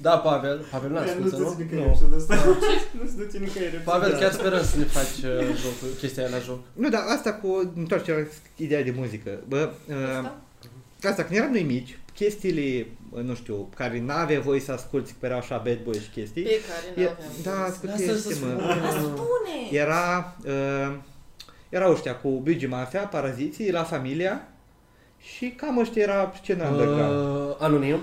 Da, Pavel. Pavel n-a Nu ascultă, se duce nu? nicăieri episodul ăsta. Nu se duce nicăieri Da. Pavel, chiar sperăm să ne faci uh, jocul, chestia aia la joc. Nu, dar asta cu întoarcerea la ideea de muzică. Bă, uh, Asta? asta, când eram noi mici, chestiile, uh, nu știu, care n-avea voie să asculti, că era așa bad boy și chestii. Pe care e- n-aveam. da, Lasă-l să ascultă mă. spună. Spune! Era, uh, erau ăștia cu Luigi Mafia, Paraziții, La Familia și cam ăștia era scena underground. Uh, Anonim.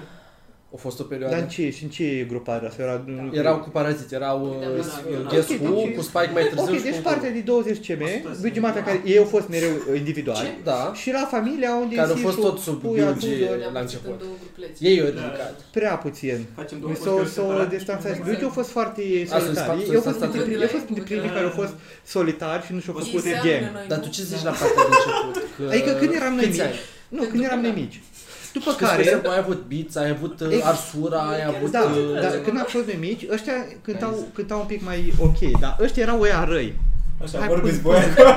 A fost o Da. Dar în perioadă. ce, și în ce grupare asta? Era, Erau cu paraziți, erau Da, da, uh, da. Guess Ok, Who, deci- cu Spike mai târziu Ok, și deci cu- partea de 20 CM, Asta este. Luigi Mafia, care ei au fost mereu uh, individual. Ce? Da, Și la familia unde care au Sisu, fost tot sub Puia, Luigi Tudor, la Le-am pus în început. două gruplețe. Ei au Da. ridicat. Prea puțin. Facem două S-au podcasturi s-au separate. distanțat. Exact. Luigi a fost foarte sunt solitar. spa- Eu sunt fost stat- printre primii- eu fost printre primii Da. care au fost solitari și nu și-au O făcut Ei gang. seamănă noi, Dar nu? tu ce zici la partea de început? Că- Adică când eram noi Câți ani? mici. Nu, când eram noi mici. După Că spui care, că ai avut biți, ai avut uh, Ex- arsura, ai avut... da, uh, dar când am fost noi mici, ăștia cântau, cântau un pic mai ok, dar ăștia erau ăia răi. Așa, Hai, vorbiți pun- voi acolo.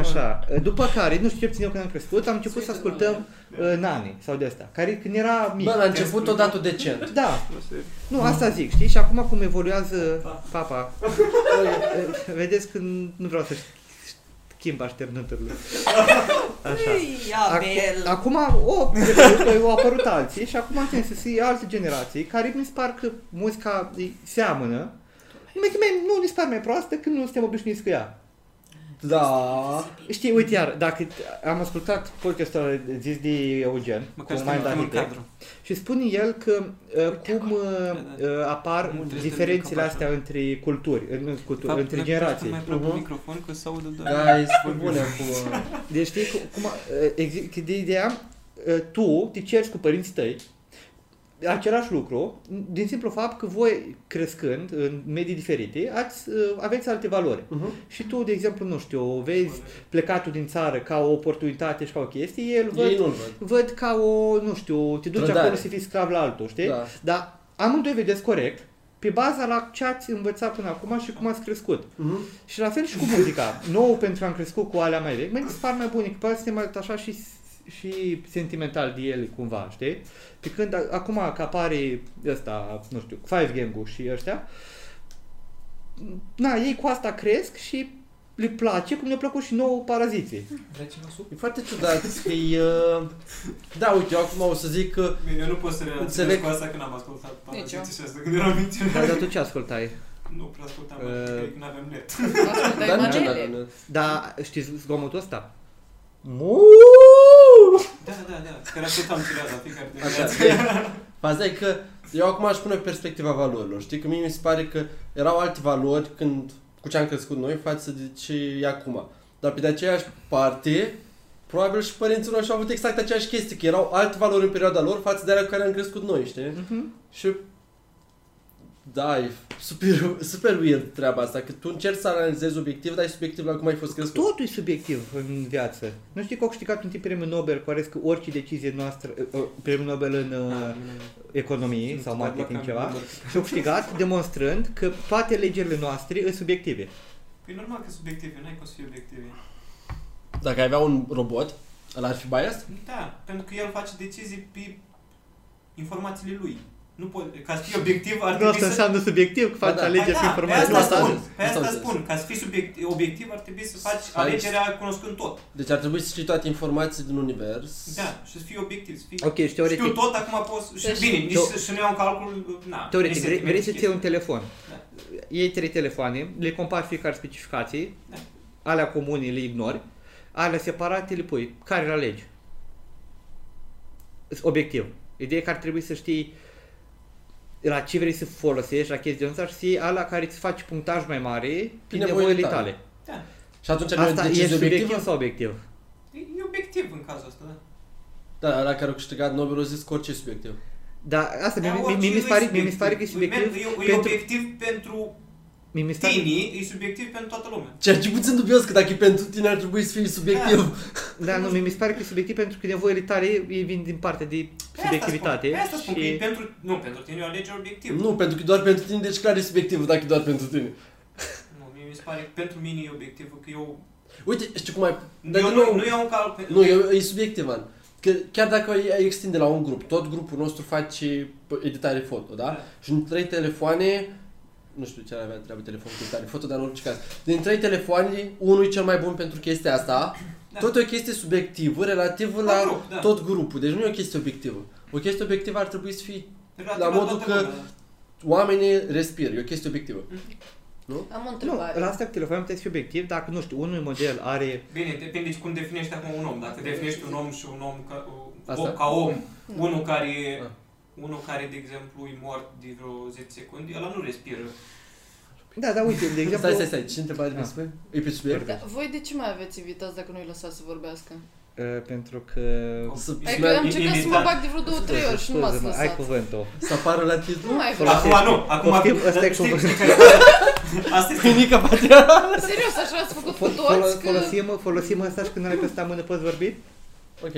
Așa, după care, nu știu ce țin eu când am crescut, am început să ascultăm uh, Nani sau de asta, care când era mic. Bă, la început o dată decent. Da, Nu știu. Nu, asta zic, știi? Și acum cum evoluează papa. Vedeți că nu vreau să schimb așternăturile. Așa. Acu- Acum o, că au apărut alții și acum am să fie alte generații care mi se par că muzica îi seamănă. Numai că mai, nu ni se pare mai proastă când nu suntem obișnuiți cu ea. Da. Știi, uite iar, dacă t- am ascultat podcastul ăla zis de Eugen, Măcar cu să Mind mai în Architect, cadru. și spune el că uh, cum uh, Da, uh, apar Nu, trebuie să diferențele ridicăm astea între culturi, în- în culturi Fapt, între mi-ar putea generații. să Mai plug Mhm. microfon că se audă doar. Da, e pe bune acum. Deci știi cum, cum uh, exi- că de ideea, uh, tu te ceri cu părinții tăi același lucru, din simplu fapt că voi crescând în medii diferite, ați, uh, aveți alte valori. Mhm. Și tu, de exemplu, nu știu, vezi plecatul din țară ca o oportunitate și ca o chestie, el Ei văd, nu-l văd. văd ca o, nu știu, te duci Trădare. acolo să fii sclav la altul, știi? Da. Dar amândoi vedeți corect pe baza la ce ați învățat până acum și cum ați crescut. Mhm. Și la fel și cu muzica. Nouă pentru că am crescut cu alea mai vechi, mă mi se par mai bune, că poate suntem așa și, și sentimental de ele cumva, știi? Pe când a- acum că apare ăsta, nu știu, Five Gang-ul și ăștia, na, ei cu asta cresc și le place cum ne-a plăcut și nouă paraziții. Trece la sup. E foarte ciudat că e... uh, Da, uite, eu acum o să zic că... Bine, eu nu pot să relaționez Înțeleg. cu asta că n-am ascultat Nici Paraziții eu. și asta când eram mici. Dar de tu ce ascultai? Nu prea ascultam, Uh, că cred că n-aveam net. Ascultai Dar nici manele. n-are. Da, știți zgomotul ăsta? Mm-hmm. Da, da, da, care ascultam cireaza fiecare de Așa. viață. Faza e că eu acum aș pune perspectiva valorilor. Știi că mie mi se pare că erau alte valori când cu ce am crescut noi față de ce e acum. Dar pe de aceeași parte, probabil și părinții noștri au avut exact aceeași chestie, că erau alte valori în perioada lor față de alea cu care am crescut noi, știi? Mhm. Și da, e super, super weird treaba asta, că tu încerci să analizezi obiectiv, dar e subiectiv la cum ai fost crescut. Totul e subiectiv în viață. Nu știi că au câștigat un tip premiul Nobel, care că orice decizie noastră, uh, uh, premiul Nobel în Da. uh, economie sau marketing ceva, și au câștigat demonstrând că toate legile noastre sunt subiective. E Păi normal că subiective, n-ai cum să fii obiective. Dacă ai avea un robot, ăla ar fi biased? Da, pentru că el face decizii pe informațiile lui. Nu pot, ca să fii obiectiv ar Nu trebui asta să... înseamnă subiectiv, că Ba faci da. alegeri cu pe informații. Nu, asta asta am spun, zis. pe Asta am asta zis. spun, ca să fii subiect, obiectiv ar trebui să faci Să ai- alegerea cunoscând tot. Deci ar trebui să știi toate informații din univers. Da, și să fii obiectiv, să fii... Ok, și Știu teoretic, tot, acum pot... Și Deci- bine, nici Teo- să- să nu iau în calcul... Na, teoretic nici vrei, vrei să-ți sentimente, iei un telefon. Da. Iei trei telefoane, le compari fiecare specificații, Da. alea comune le ignori, alea separate le pui. Care le alegi? Îs Obiectiv. Ideea e că ar trebui să știi la ce vrei să folosești, la chestii de ăsta și să iei alea care îți face punctaj mai mare prin nevoile nevoile tale. tale. Da, Și atunci deci are o Asta e decizie obiectivă? subiectiv sau obiectiv? e e obiectiv în cazul ăsta, da. Da, la care au câștigat Nobelul a zis că orice e subiectiv. Da, asta Dar mi- mi- orice mi mi se pare- mi- mi se pare că e subiectiv. subiectiv. E- E pentru- obiectiv pentru mi- mi se pare- tine, e subiectiv pentru toată lumea. Ceea ce puțin dubios că dacă e pentru tine ar trebui să fii subiectiv. Da, nu, mi mi se pare că e subiectiv pentru că nevoile tale ei vin din partea de Pe Păi asta subiectivitate. spun, pe Asta spun, că e și... pentru, nu, pentru tine e o alegere obiectivă. Nu, pentru că e doar pentru tine, deci clar e subiectiv dacă e doar pentru tine. Nu, mie mi se se pare, pentru mine e obiectivul că eu, Uite, știi cum ai... Dar eu din nu, nou, nu iau în calcul. nu, e, e subiectiv, man. Că chiar dacă ai ai extinde la un grup, tot grupul nostru face p- editare foto, da? Da. Și din trei telefoane, nu știu ce ar avea treabă telefon cu editare foto, dar în orice caz. Din trei telefoane, unul e cel mai bun pentru chestia asta. Da. Tot e o chestie subiectivă, relativă la, La grup, da. tot grupul. Deci nu e o chestie obiectivă. O chestie obiectivă ar trebui să fie Relativ la modul toată că- lumea. oamenii respir, e o chestie obiectivă. Am o Nu, întrebare. la asta cu telefonul trebuie să fii obiectiv, dacă, nu știu, unul model are... Bine, depinde și cum definești acum un om. Dacă definești un om și un om ca, Asta? om, ca om, Nu. unul care, e- Ah. unul care, de exemplu, e mort de vreo 10 secunde, ăla nu respiră. Da, da, uite, de exemplu... Stai, stai, stai, ce întrebare Ah. vrei să spui? E pe subiect? Dar Da, voi de ce mai aveți invitați dacă nu-i lăsați să vorbească? Uh, pentru că... Să- E- Adică eu am e- încercat să mă imitat. bag de vreo două, trei ori și nu m-ați Scuze-mă, Ai lăsat. cuvântul. Să apară la titlu? Nu mai vreau. Acum nu, acum... Poftim, dar ăsta e știi- cuvântul. știi care- Asta este... Pâinică, patea! Serios, așa ați făcut cu Fol- fol- toți că... Folosim, folosim asta și când ai peste mână poți vorbi? Ok,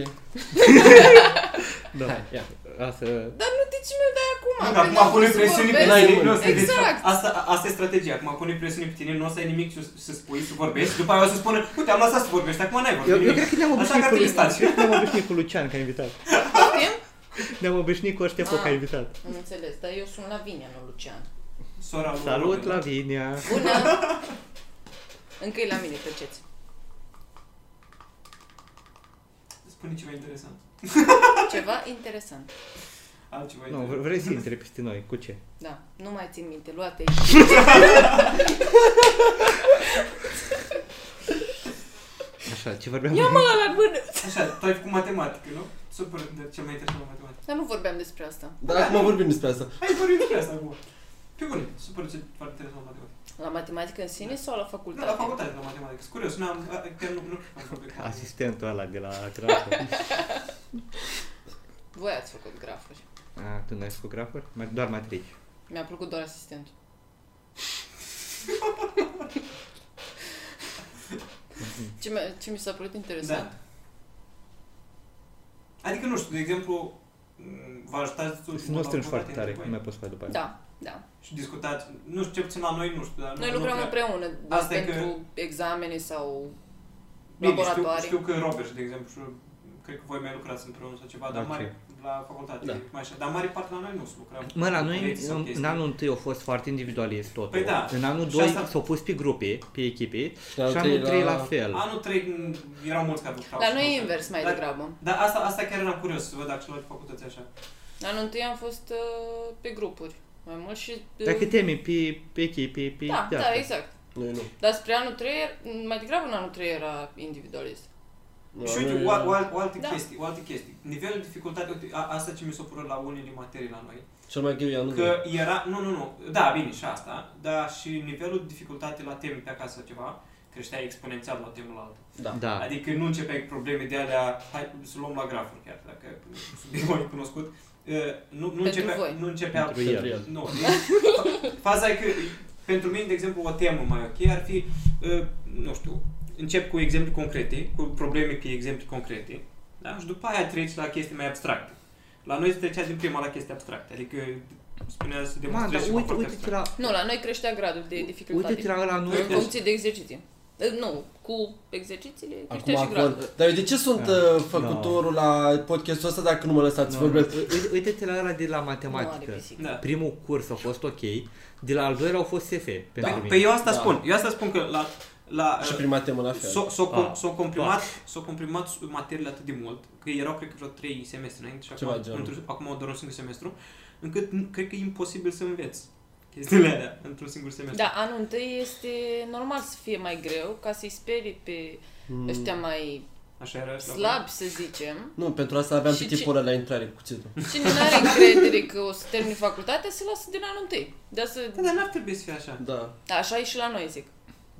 hai, ia. Asta... Dar nu de ce mi-o dai acum? Nu, Că Acum n-am pune vrut să presiuni pe vorbesc. N-ai tine. mână. nu, să vezi- Exact. Asta, asta e strategia. Acum pune presiune pe tine, nu o să ai nimic să, să spui, să vorbești. După aia o să spună, uite, am lăsat să vorbești, acum n-ai vorbit Eu, eu nimic. cred că ne-am Așa obișnuit cu că ar Lucian. trebui Cred că ne-am obișnuit cu Lucian ca invitat. Poftim? Ne-am obișnuit cu Ștefo ca Ah. invitat. da, Am înțeles, dar eu sunt Lavinia, nu Lucian. Sora lui Salut, Robert. Lavinia! Bună! Încă e la mine, tăceți. Spune ceva interesant. Ceva interesant. Altceva Nu, interesant. vre- vrei să intri peste noi, cu ce? Da, nu mai țin minte, luate Așa, ce vorbeam? Ia mă la mână! Așa, tu ai făcut matematică, nu? Super, de cel mai interesant la matematică. Dar nu vorbeam despre asta. Dar acum vorbim despre asta. Hai, vorbim despre asta acum. Pe bune, super ce foarte interesant la matematică. La matematică în sine sau la Da, facultate? la facultate la matematică. Sunt curios, n-am, a- chiar nu, nu știu cum am vorbit. Asistentul ăla de la grafă. Voi ați făcut grafuri. A, tu n-ai făcut grafuri? Mai- Doar matrici. Mi-a plăcut doar asistentul. ce, mi- ce mi s-a părut interesant? Da. Adică, nu știu, de exemplu, m, vă ajutați tu Sunt nu strângi foarte tare, nu mai poți să faci după aia. Da, da. Și discutați, nu știu, ce puțin la noi, nu știu, dar nu- Noi nu lucrăm prea. împreună dar Asta e pentru examene sau Bine, știu, laboratoare. știu că Robert, de exemplu, și cred că voi mai lucrați împreună sau ceva, dar Ok. mare, la facultate, Da. da. mai așa. Dar mare parte la noi nu se lucrăm. Mă, la noi, Colegii sau în, în chestii. anul întâi a fost foarte individualist totul. Păi da. În anul Și 2 asta- s-au pus pe grupe, pe echipe, și anul 3 la fel. Anul 3 erau mulți care lucrau. La și noi e așa. invers mai Dar- degrabă. Dar asta, asta chiar eram curios să văd dacă și la facultăți așa. Anul întâi am fost uh, pe grupuri mai mult și... uh, Dacă teme pe, pe echipe, pe... da, de da, asta. exact. Noi nu. Dar spre anul 3, mai degrabă în anul 3 era individualist. Nu, și la uite, noi uh, o, era- al- o, al- o altă Da. chestie, o altă chestie. Nivelul de dificultate, uite, a, asta ce mi s-a părut la unele materii la noi, Cel mai greu e anul doi. Că era, nu, nu, nu, da, bine și asta, dar și nivelul de dificultate la teme pe acasă sau ceva, creștea exponențial la temul altă. Da. Da. Adică nu începeai cu probleme de alea, hai să luăm la grafuri chiar, dacă subiectul e cunoscut. Uh, Nu, nu, Pentru începea, voi. nu începea Pentru el. Nu, deci, faza e că pentru mine, de exemplu, o temă mai ok ar fi, uh, nu știu, încep cu exemple concrete, cu probleme pe exemple concrete, da? și după aia treci la chestii mai abstracte. La noi se trecea din prima la chestii abstracte, adică spunea să Man, dar demonstrezi și Da, uite, foarte uite-te abstract. la... Nu, la noi creștea gradul de dificultate. Uite-te la ăla nu... În funcție de exerciții. Eh, Nu, cu exercițiile Acum, creștea și acum, gradul. dar eu de ce sunt Da. uh, făcătorul la podcastul ăsta dacă nu mă lăsați să vorbesc? Uite-te la ăla de la Nu are matematică. pisică. Da. Primul curs a fost ok, de la al doilea au fost SF pentru Pe, mine. pe Păi eu asta Da. spun, eu asta spun că la... la Și uh, prima temă la fel. S-au s-au com- Ah, s-au comprimat, s-au comprimat s- materiile atât de mult, că erau cred că vreo 3 semestre înainte și Ceva acum, genul. într- acum au doar un singur semestru, încât n- cred că e imposibil să înveți chestiile alea într-un singur semestru. Da, anul întâi este normal să fie mai greu ca să-i sperii pe Mm. ăștia mai Așa era și la slabi, să zicem. Nu, pentru asta aveam Și pe tipul ăla la intrare cu cuțitul. Cine nu are încredere că o să termine facultatea, se lasă din anul întâi. De voi. Da, să... dar n-ar trebui să fie așa. Da. Așa e și la noi, zic.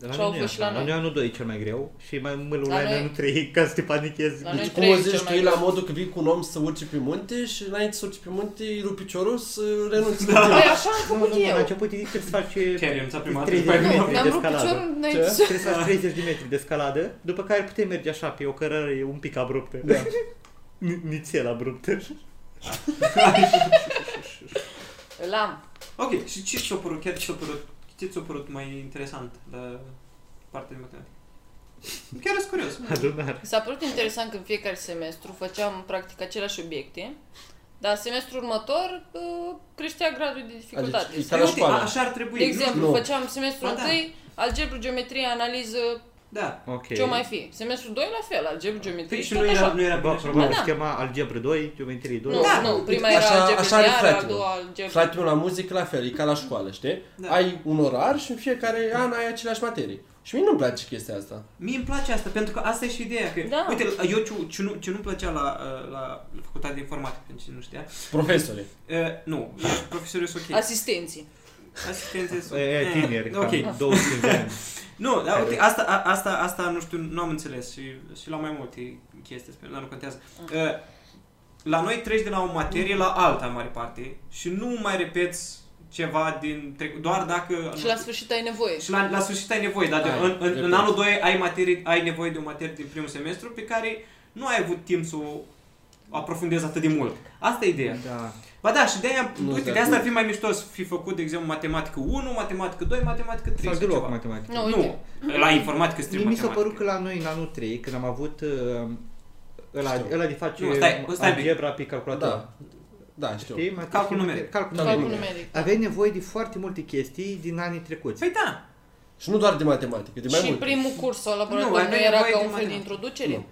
La Și noi au nu e fost și așa. la La noi. noi anul 2 e cel mai greu și mai mult la La noi- anul 3 ca să te panichezi. La noi Deci cum trei o e cel zici tu mai e la greu. modul că vii cu un om să urci pe munte și înainte să urci pe munte îi rupi piciorul să renunți. Păi așa am Da. Nu, nu, făcut nu, la eu. început e zic că să faci eh, Chiar eu nu ți-a prima 30 dată, de după Nu, metri mi-am de rupt escaladă. piciorul înainte să... Trebuie să faci 30 de metri de escaladă, după care putem merge așa pe o cărare un pic abruptă. Da. Ni- Nițel abruptă. Îl am. Ok, și ce ți-a părut, chiar ce ți-a părut, ce ce ți-a părut mai interesant la partea de matematică? Chiar sunt curios. Adunare. Mi S-a părut interesant că în fiecare semestru făceam practic aceleași obiecte, dar semestrul următor uh, creștea gradul de dificultate. Adici, e ca la Uite, școală. Așa ar trebui. De nu? exemplu, Nu. făceam semestrul Ba da. 1, algebru, geometrie, analiză, Da. Ok. ce o mai fi. Semestrul 2 la fel, algebru, geometrie Păi și și nu tot era, așa. nu era bine Bă, așa. probabil Ba da. schema algebra 2, geometrie 2. Nu, Da. nu, prima Deci Așa- era așa are algebra, iară, a fratele. doua algebra. Fratele meu la muzică la fel, e ca la școală, știi? Da. Ai un orar și în fiecare an ai aceleași materii. Și mie nu-mi place chestia asta. Mie îmi place asta, pentru că asta e și ideea. Că, Da. Uite, eu ce, ce, nu, ce nu plăcea la, uh, la facultatea de informatică, pentru cine nu știa, Profesore. uh, nu, profesorul e ok. Asistenții. Asistențe sunt. E, e tineri, Ah, da. Ok. cam 25 de ani. Nu, dar Care- uite, asta, a, asta, asta, nu știu, nu am înțeles și, și la mai multe chestii, sper, dar nu contează. Mm. Uh, La noi treci de la o materie la alta, în mare parte, și nu mai repeți ceva din trecut, doar dacă... nu Și la știu, sfârșit ai nevoie. și la, la sfârșit ai nevoie, dar de, Ai, în, în, în repeți. anul 2 ai, materie, ai nevoie de o materie din primul semestru pe care nu ai avut timp să o aprofundezi atât de mult. Asta e ideea. Da. Ba da, și de-aia, Nu, uite, de de asta ar acord. fi mai mișto să fi făcut, de exemplu, matematică 1, matematică 2, matematică 3 Sau sau deloc ceva. matematică. Nu, uite. Nu, la informatică Mie strict mi s-a matematică. părut că la noi în anul 3, când am avut uh, ăla, Știu. ăla de face Nu, stai- stai un pic. algebra pe calculator. Da. Da, știu. Știi? Matematică- Calcul numeric. Calcul Calcul numeric. numeric. Aveai nevoie de foarte multe chestii din anii trecuți. Păi da, Și nu doar de matematică, de mai și mult. primul curs sau Nu, laborator ai nu, era nevoie ca de un fel de matematică. introducere? Nu.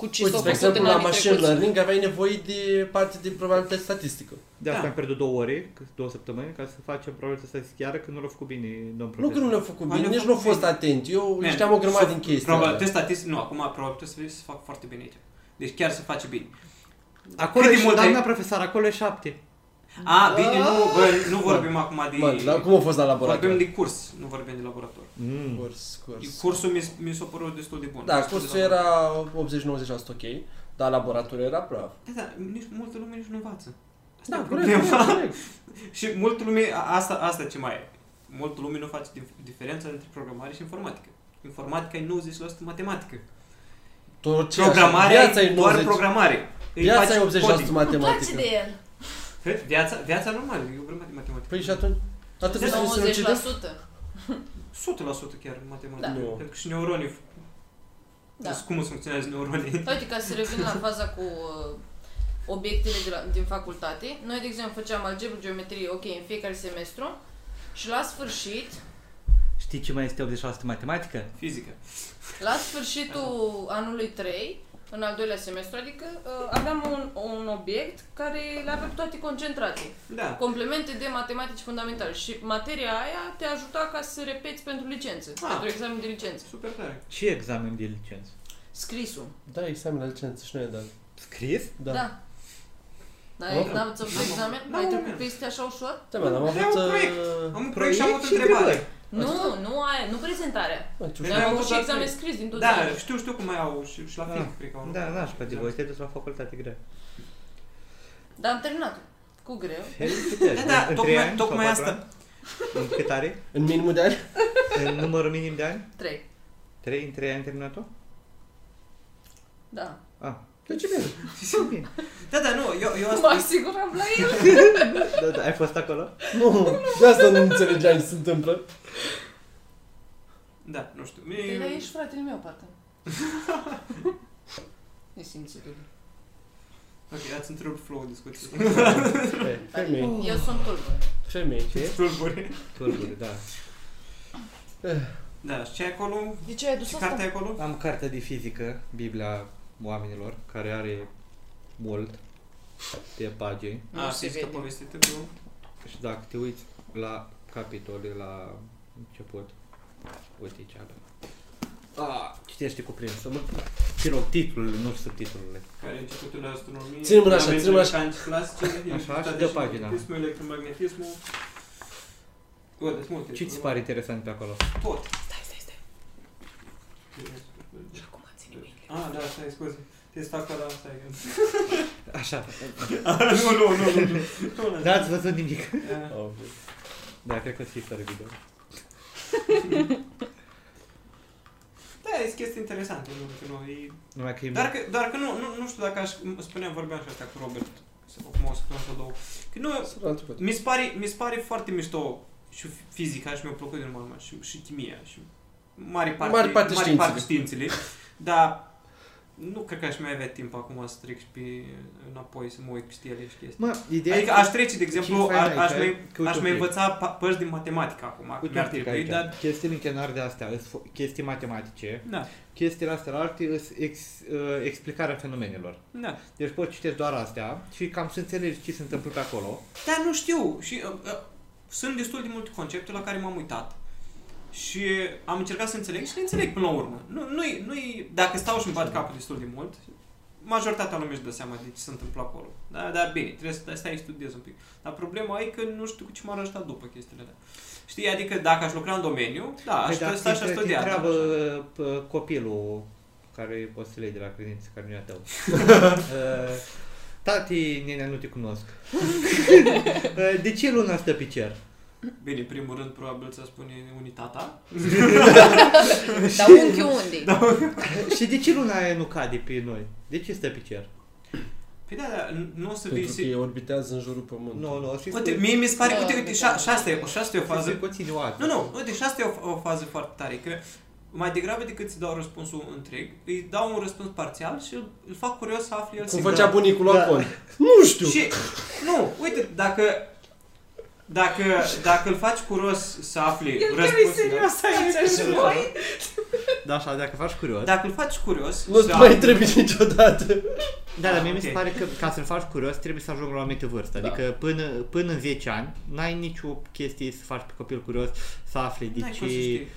Cu ce Uite, s-au spre făcut exemplu, în la anii machine trecuți? learning aveai nevoie de parte de probabilitate statistică. De asta Da. am pierdut două ore, c- două săptămâni, ca să facem probabilitatea să chiară că nu l-a făcut bine Nu domn că nu profesor. le-au făcut Ai bine, le-au nici nu au făcut fost bine. atenți. Eu Man, știam o grămadă so- din chestii. probabil, test statistic, nu, acum probabil trebuie să fac foarte bine aici. Deci chiar să faci bine. Acolo Cât de e mult doamna ai- profesor, acolo e șapte. A, bine, nu, bă, nu vorbim acum de... Mă, dar cum a fost la vorbim laborator? de curs, nu vorbim de laborator. Mm. Curs, curs. Cursul mi, mi s-a părut destul de bun. Da, Destul de cursul laborator. era 80-90% ok, dar laboratorul era praf. Da, da, nici multă lume nici nu învață. Asta Da, e corect, problema. corect. Și multă lume, a- asta, asta ce mai e. Multă lume nu face dif- diferența între programare și informatică. Informatica e 90% matematică. Tot ce Programarea viața e e doar 90, programare. Îi viața faci e 80% coding. Îmi place matematică. de el. Hă? Viața, viața normală, e o problemă de matematică. Păi și atunci? Atât de să ne sinucidem? 90%. 100% chiar matematică. Da. Nu. Pentru că și neuronii, Da. Păi- da. cum îți funcționează neuronii. Uite, ca să revin la faza cu uh, obiectele de la, din facultate, noi, de exemplu, făceam algebru, geometrie, ok, în fiecare semestru și la sfârșit, Știi ce mai este 86 matematică? Fizică. la sfârșitul anului 3, în al doilea semestru, adică uh, aveam un, un obiect care le avea pe toate concentrate. Da. Complemente de matematici fundamentale și materia aia te ajuta ca să repeți pentru licență, Ah. pentru examen de licență. Super tare. Și examen de licență. Scrisul. Da, examen la licență și noi dat. Scris? Da. da. Da. N-ai Da. n-am ți-a N-am- examen? n-am N-ai trecut urmează. peste așa ușor? man, Da, am Vreau avut... un proiect. uh, Păi Am un proiect și am avut și întrebare. întrebări. Nu, nu aia, nu prezentarea. mă, ce Noi ușor. Noi am am avut și avut examen la scris din 20 Da, știu, știu cum mai au și, și la Da. fizică, cred că au. nu? Da, n-aș pe voi, te duci la facultate grea. Dar am terminat cu greu. Felicitări. Da, da, În tocmai- trei ani sau tocmai patru asta. ani? În cât are? În minimul de ani? În numărul minim de ani? 3. 3 în 3 ani terminat-o? Da. Ah, De ce bine? bine. Da, da, nu, eu, eu Mă asta... asiguram la el. Da, da, ai fost acolo? Nu, de asta nu înțelegeam ce se întâmplă. Da, nu știu. Păi, Mie... Dar ești fratele meu, parcă. E simțitul. Ok, ați întrerupt flow discuției. Ei, Femei, Eu sunt tulbă. femei. Ce? Tulburi. Tulburi, da. Da, și ce ai acolo? De ce ai adus Ce asta? carte ai acolo? Am cartea de fizică, Biblia oamenilor, care are mult de pagini. Nu Ah, A, se fizică vede. povestită cu... Și dacă te uiți la capitole, la început, uite ce avem. Ah, citește cuprins. Mă, ți rog, titlurile, nu subtitlurile. care a început în astronomie. Ține mâna așa, ține mâna așa. Mecanici clasice, și dă pagina. Magnetismul, electromagnetismul. Bă, deci multe. Ce ți se pare interesant pe acolo? Tot. Stai, stai, stai. Și acum ține mâinile. Ah, da, stai, scuze. Te stac pe la stai. Ah, Așa. nu, nu, nu, nu. nu. nu. N-ați văzut nimic. Eh, Au, Da, cred că ți fără video. Da, e chestii interesante, nu, că nu, e... Numai că e... Doar că, doar că nu, nu, nu știu dacă aș, spuneam, vorbeam și asta cu Robert, să fac cum o săptămână sau două, că nu, Sunt la început. mi se pare, mi se pare foarte mișto și fizica și mi-a plăcut din urmă și, și chimia și mare parte, Mare parte mare științele. parte științele. Dar nu cred că aș mai avea timp acum să trec și pe, înapoi să mă uit peste ele și chestii. Mă, ideea Adică e că- aș trece, de și exemplu, faina a- e aș că- mai, că uite aș un mai pic. învăța pa- părți din matematică acum. Uite Mi-ar un pic trebui, aici. dar... Chestiile în chenar de astea, sunt fo- chestii matematice, Da, chestiile astea la alte sunt ex, uh, explicarea fenomenelor. da. Deci poți citești doar astea și cam să înțelegi ce se întâmplă pe acolo. Dar nu știu. Și uh, uh, sunt destul de multe concepte la care m-am uitat. Și am încercat să înțeleg și le înțeleg până la urmă. Nu, nu-i, nu-i, dacă stau și îmi bat capul destul de mult, majoritatea lumii își dă seama de ce se întâmplă acolo. Dar, dar bine, trebuie să stai și studiez un pic. Dar problema e că nu știu cu ce m-ar ajuta după chestiile alea. Știi, adică dacă aș lucra în domeniu, da, aș Păi, dar sta și aș te- te studia. da, întreabă așa. pă, uh, copilul care o să le iei de la credință, care nu e a tău. Uh, Tati, nenea, nu te cunosc. Uh, De ce luna stă pe cer? Bine, în primul rând, probabil să spune unitata. Dar unchi unde Și de ce luna aia nu cade pe noi? De ce stă pe cer? Păi da, dar nu- nu o să vii... Pentru că se- ei orbitează în jurul Pământului. Nu, nu, o să-i Uite, spui- mie mi se pare, Da, uite, uite, de și fapt. asta e, și asta e o o să-i fază spui puțin o altă. Nu, nu, uite, și asta e o, o fază foarte tare, că mai degrabă decât îți dau răspunsul întreg, îi dau un răspuns parțial și îl, îl fac curios să afli el Cum singur. făcea bunicul Da. da. acolo. Nu știu. Și, nu, uite, dacă, dacă, dacă îl faci curios să afli El chiar e răspunsul, serios Păi, aici și noi. Da, așa, dacă faci curios. dacă îl faci curios Nu să ți mai afli- trebuie niciodată. Da, dar mie Ah, mi se ok. pare că ca să-l faci curios trebuie să ajungi la o anumită vârstă. Da. Adică până, până în 10 ani n-ai nicio chestie să faci pe copil curios să afli de N-ai Deci, cum să ce... știi.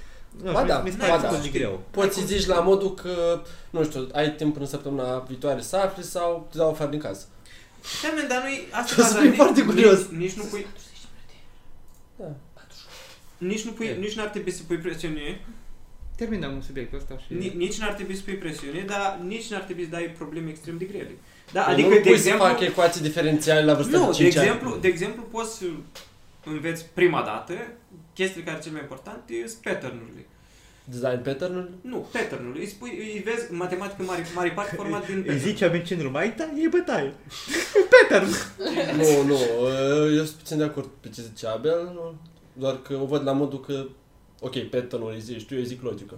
Nu, Ba mi- da, mi se ba pare da. destul de greu. Poți să zici la modul că, nu știu, ai timp până săptămâna viitoare să afli sau te dau afară din casă. Da, men, dar nu-i asta Trebuie să faza, fii nici- foarte curios. Nici, nici nu pui... Da. Nici nu pui, E. nici n-ar trebui să pui presiune Terminăm subiectul ăsta și... Ni- Nici n-ar trebui să pui presiune, dar nici n-ar trebui să dai probleme extrem de grele. Da, Adică, adică, nu de poți să exemplu, fac ecuații diferențiale la vârsta nu, de de 5 exemplu, ani. de exemplu, poți să înveți prima dată chestii care cel mai important e sunt pattern-urile. Design pattern Nu, pattern-urile. Îi, spui, îi vezi în matematică mare, mare parte format din Îi pattern. zice amencenilor, mai da, e bătaie. Peter! Nu, nu, eu sunt puțin de acord pe ce zice Abel, nu, doar că o văd la modul că, ok, pattern-ul îi zici tu, eu îi zic logică.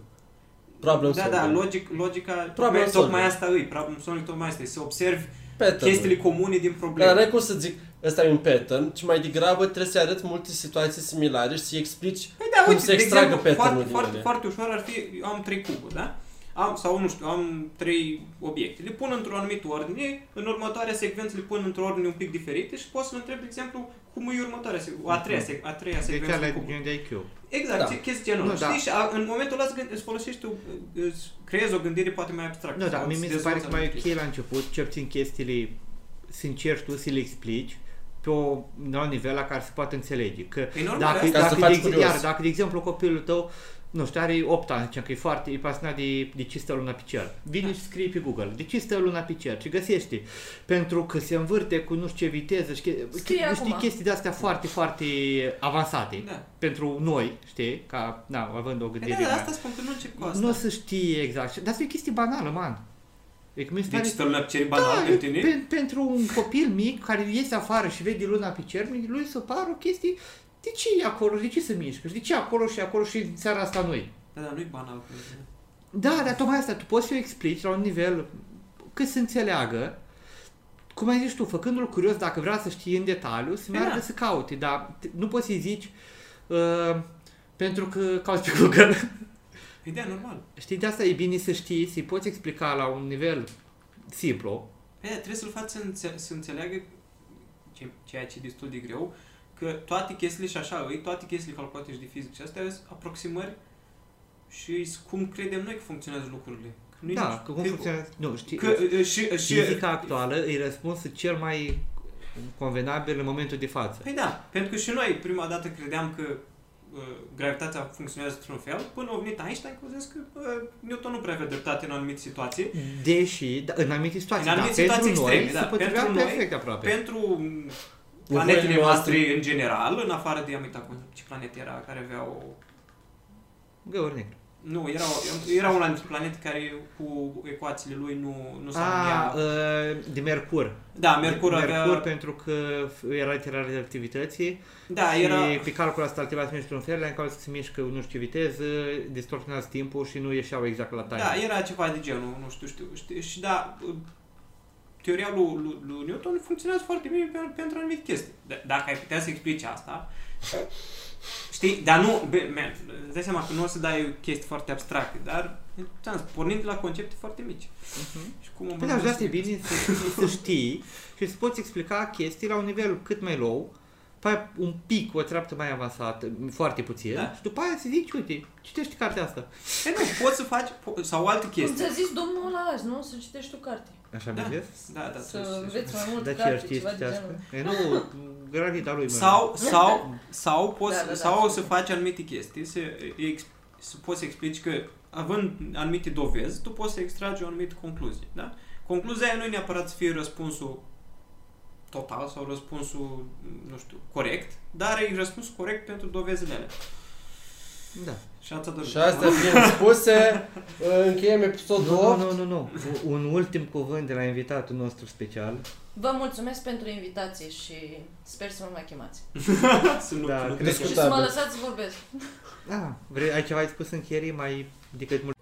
Problem da, solving. da, logic, logica, Problem tocmai, tocmai solving. asta îi, problem solving, tocmai asta e, să observi Pattern-ul. chestiile comune din Dar probleme. n-ai cum să zic, ăsta e un pattern, ci mai degrabă trebuie să arăți multe situații similare și să explici Păi da, cum uite, se de extragă exemplu, pattern-ul foarte, din foarte, ele. foarte ușor ar fi, eu am trei cuburi, da? Am, sau nu știu, am trei obiecte. Le pun într-o anumită ordine, în următoarea secvență le pun într-o ordine un pic diferită și pot să-l întreb, de exemplu, cum e următoarea, sec- a treia, sec- a treia Deci secvență alea de e cuburi. gen de IQ. Exact, Da. da. chestii genul. Nu, Nu, da. Știi? Și a, în momentul ăla îți gând- îți folosești, tu, îți creezi o gândire poate mai abstractă. Nu, dar sau mie îți mi se pare dezvolți că mai e anumite ok la început, ce obțin chestiile, să încerci tu să le explici pe o, la un nivel la care se poate înțelege. Că Păi normal, dacă, asta- Ca dacă, să de, faci ex- curios. iar, dacă, de exemplu, copilul tău, nu știu, are 8 ani, zicem că e foarte e pasionat de, de ce stă luna pe cer. Vine și scrie pe Google, de ce stă luna pe cer? Și găsește. Pentru că se învârte cu nu știu ce viteză și che- Scrie știi, acum. chestii de-astea foarte, foarte avansate. Da. Pentru noi, știi, ca, na, având o Păi gândire. da, dar mai- asta spun că nu încep cu nu o asta. să știe exact. Dar asta e o chestie banală, man. Deci mi se Deci pare... stă la ceri Da, banal pentru tine? pen- pentru un copil mic care iese afară și vede luna pe cer, lui se pare o chestie... De ce e acolo? De ce se mișcă? Și De ce acolo și acolo și în seara asta noi? Da, dar nu-i banal pentru tine. Da, dar tocmai asta, tu poți să-i explici la un nivel cât să înțeleagă, cum ai zis tu, făcându-l curios, dacă vrea să știe în detaliu, să Păi meargă da. să caute, dar te- nu poți să-i zici uh, pentru că cauți pe Google. Păi da, normal. Știi, de asta e bine să știi, să-i poți explica la un nivel simplu. Păi, da, trebuie să-l faci să, înțe- să înțeleagă ce- ceea ce e destul de greu, că toate chestiile și așa îi, toate chestiile calculate și de fizică și astea sunt aproximări și îs cum credem noi că funcționează lucrurile. Că nu-i da, nici- că cum funcționează... Nu, știi, Că, e, și, și, fizica actuală e răspunsul cel mai convenabil în momentul de față. Păi da, pentru că și noi prima dată credeam că uh, gravitația funcționează într-un fel, până a venit Einstein că a zis că uh, Newton nu prea avea dreptate în anumite situații. Deși, da, în anumite situații, În anumite da, situații pentru noi extreme, se da, potrivea pentru noi, perfect aproape. Pentru mm, Nevoile planetele noastre. noastre în general, în afară de, am uitat cum, ce planetă era care avea o Găuri negre. Nu, era, era una dintre planete care cu ecuațiile lui nu, nu se A, alinia. uh, de Mercur. Da, Mercur avea... Mercur pentru că f- era iterarea relativității Da, și era... pe calculul ăsta altceva se mișcă în fel, în cauza că se mișcă nu știu ce viteză, distorsionează timpul și nu ieșeau exact la time. Da, era ceva de genul, nu știu, știu, știu și da, teoria lui, lui, lui Newton funcționează foarte bine pe, pentru anumite chestii. D- dacă ai putea să explici asta, știi, dar nu, be, man, îți dai seama că nu o să dai chestii foarte abstracte, dar, ți-am zis, pornind de la concepte foarte mici. Și cum Păi da, și de asta e bine să, să știi și să poți explica chestii la un nivel cât mai low, după aia un pic, o treaptă mai avansată, foarte puțin, Da. da. și după aia să zici, uite, citești cartea asta. E, nu, poți să faci, po- sau alte Cum chestii. ți-a zis domnul ăla azi, nu? Să citești tu carte. Așa Da. mi zis? Da, da, Să tu- tu- înveți mai mult Dar ce ar carte, ști să ceva de citească? genul. E, nu, gravita lui. Păi, mă. Sau, sau, sau, poți, Da, da, da. sau să faci anumite chestii, să, ex, să poți să explici că, având anumite dovezi, tu poți să extragi o anumită concluzie. Da? Concluzia aia nu e neapărat să fie răspunsul total sau răspunsul, nu știu, corect, dar e răspunsul corect pentru dovezile alea. Da. Și asta Și astea fiind spuse, încheiem episodul Nu, 8. nu, nu, nu. Un ultim cuvânt de la invitatul nostru special. Vă mulțumesc pentru invitație și sper să mă mai chemați. să nu Da, da, cred Și să Discutabil. mă lăsați să vorbesc. Ah, vrei, ai ceva ai spus în încheiere mai decât mult?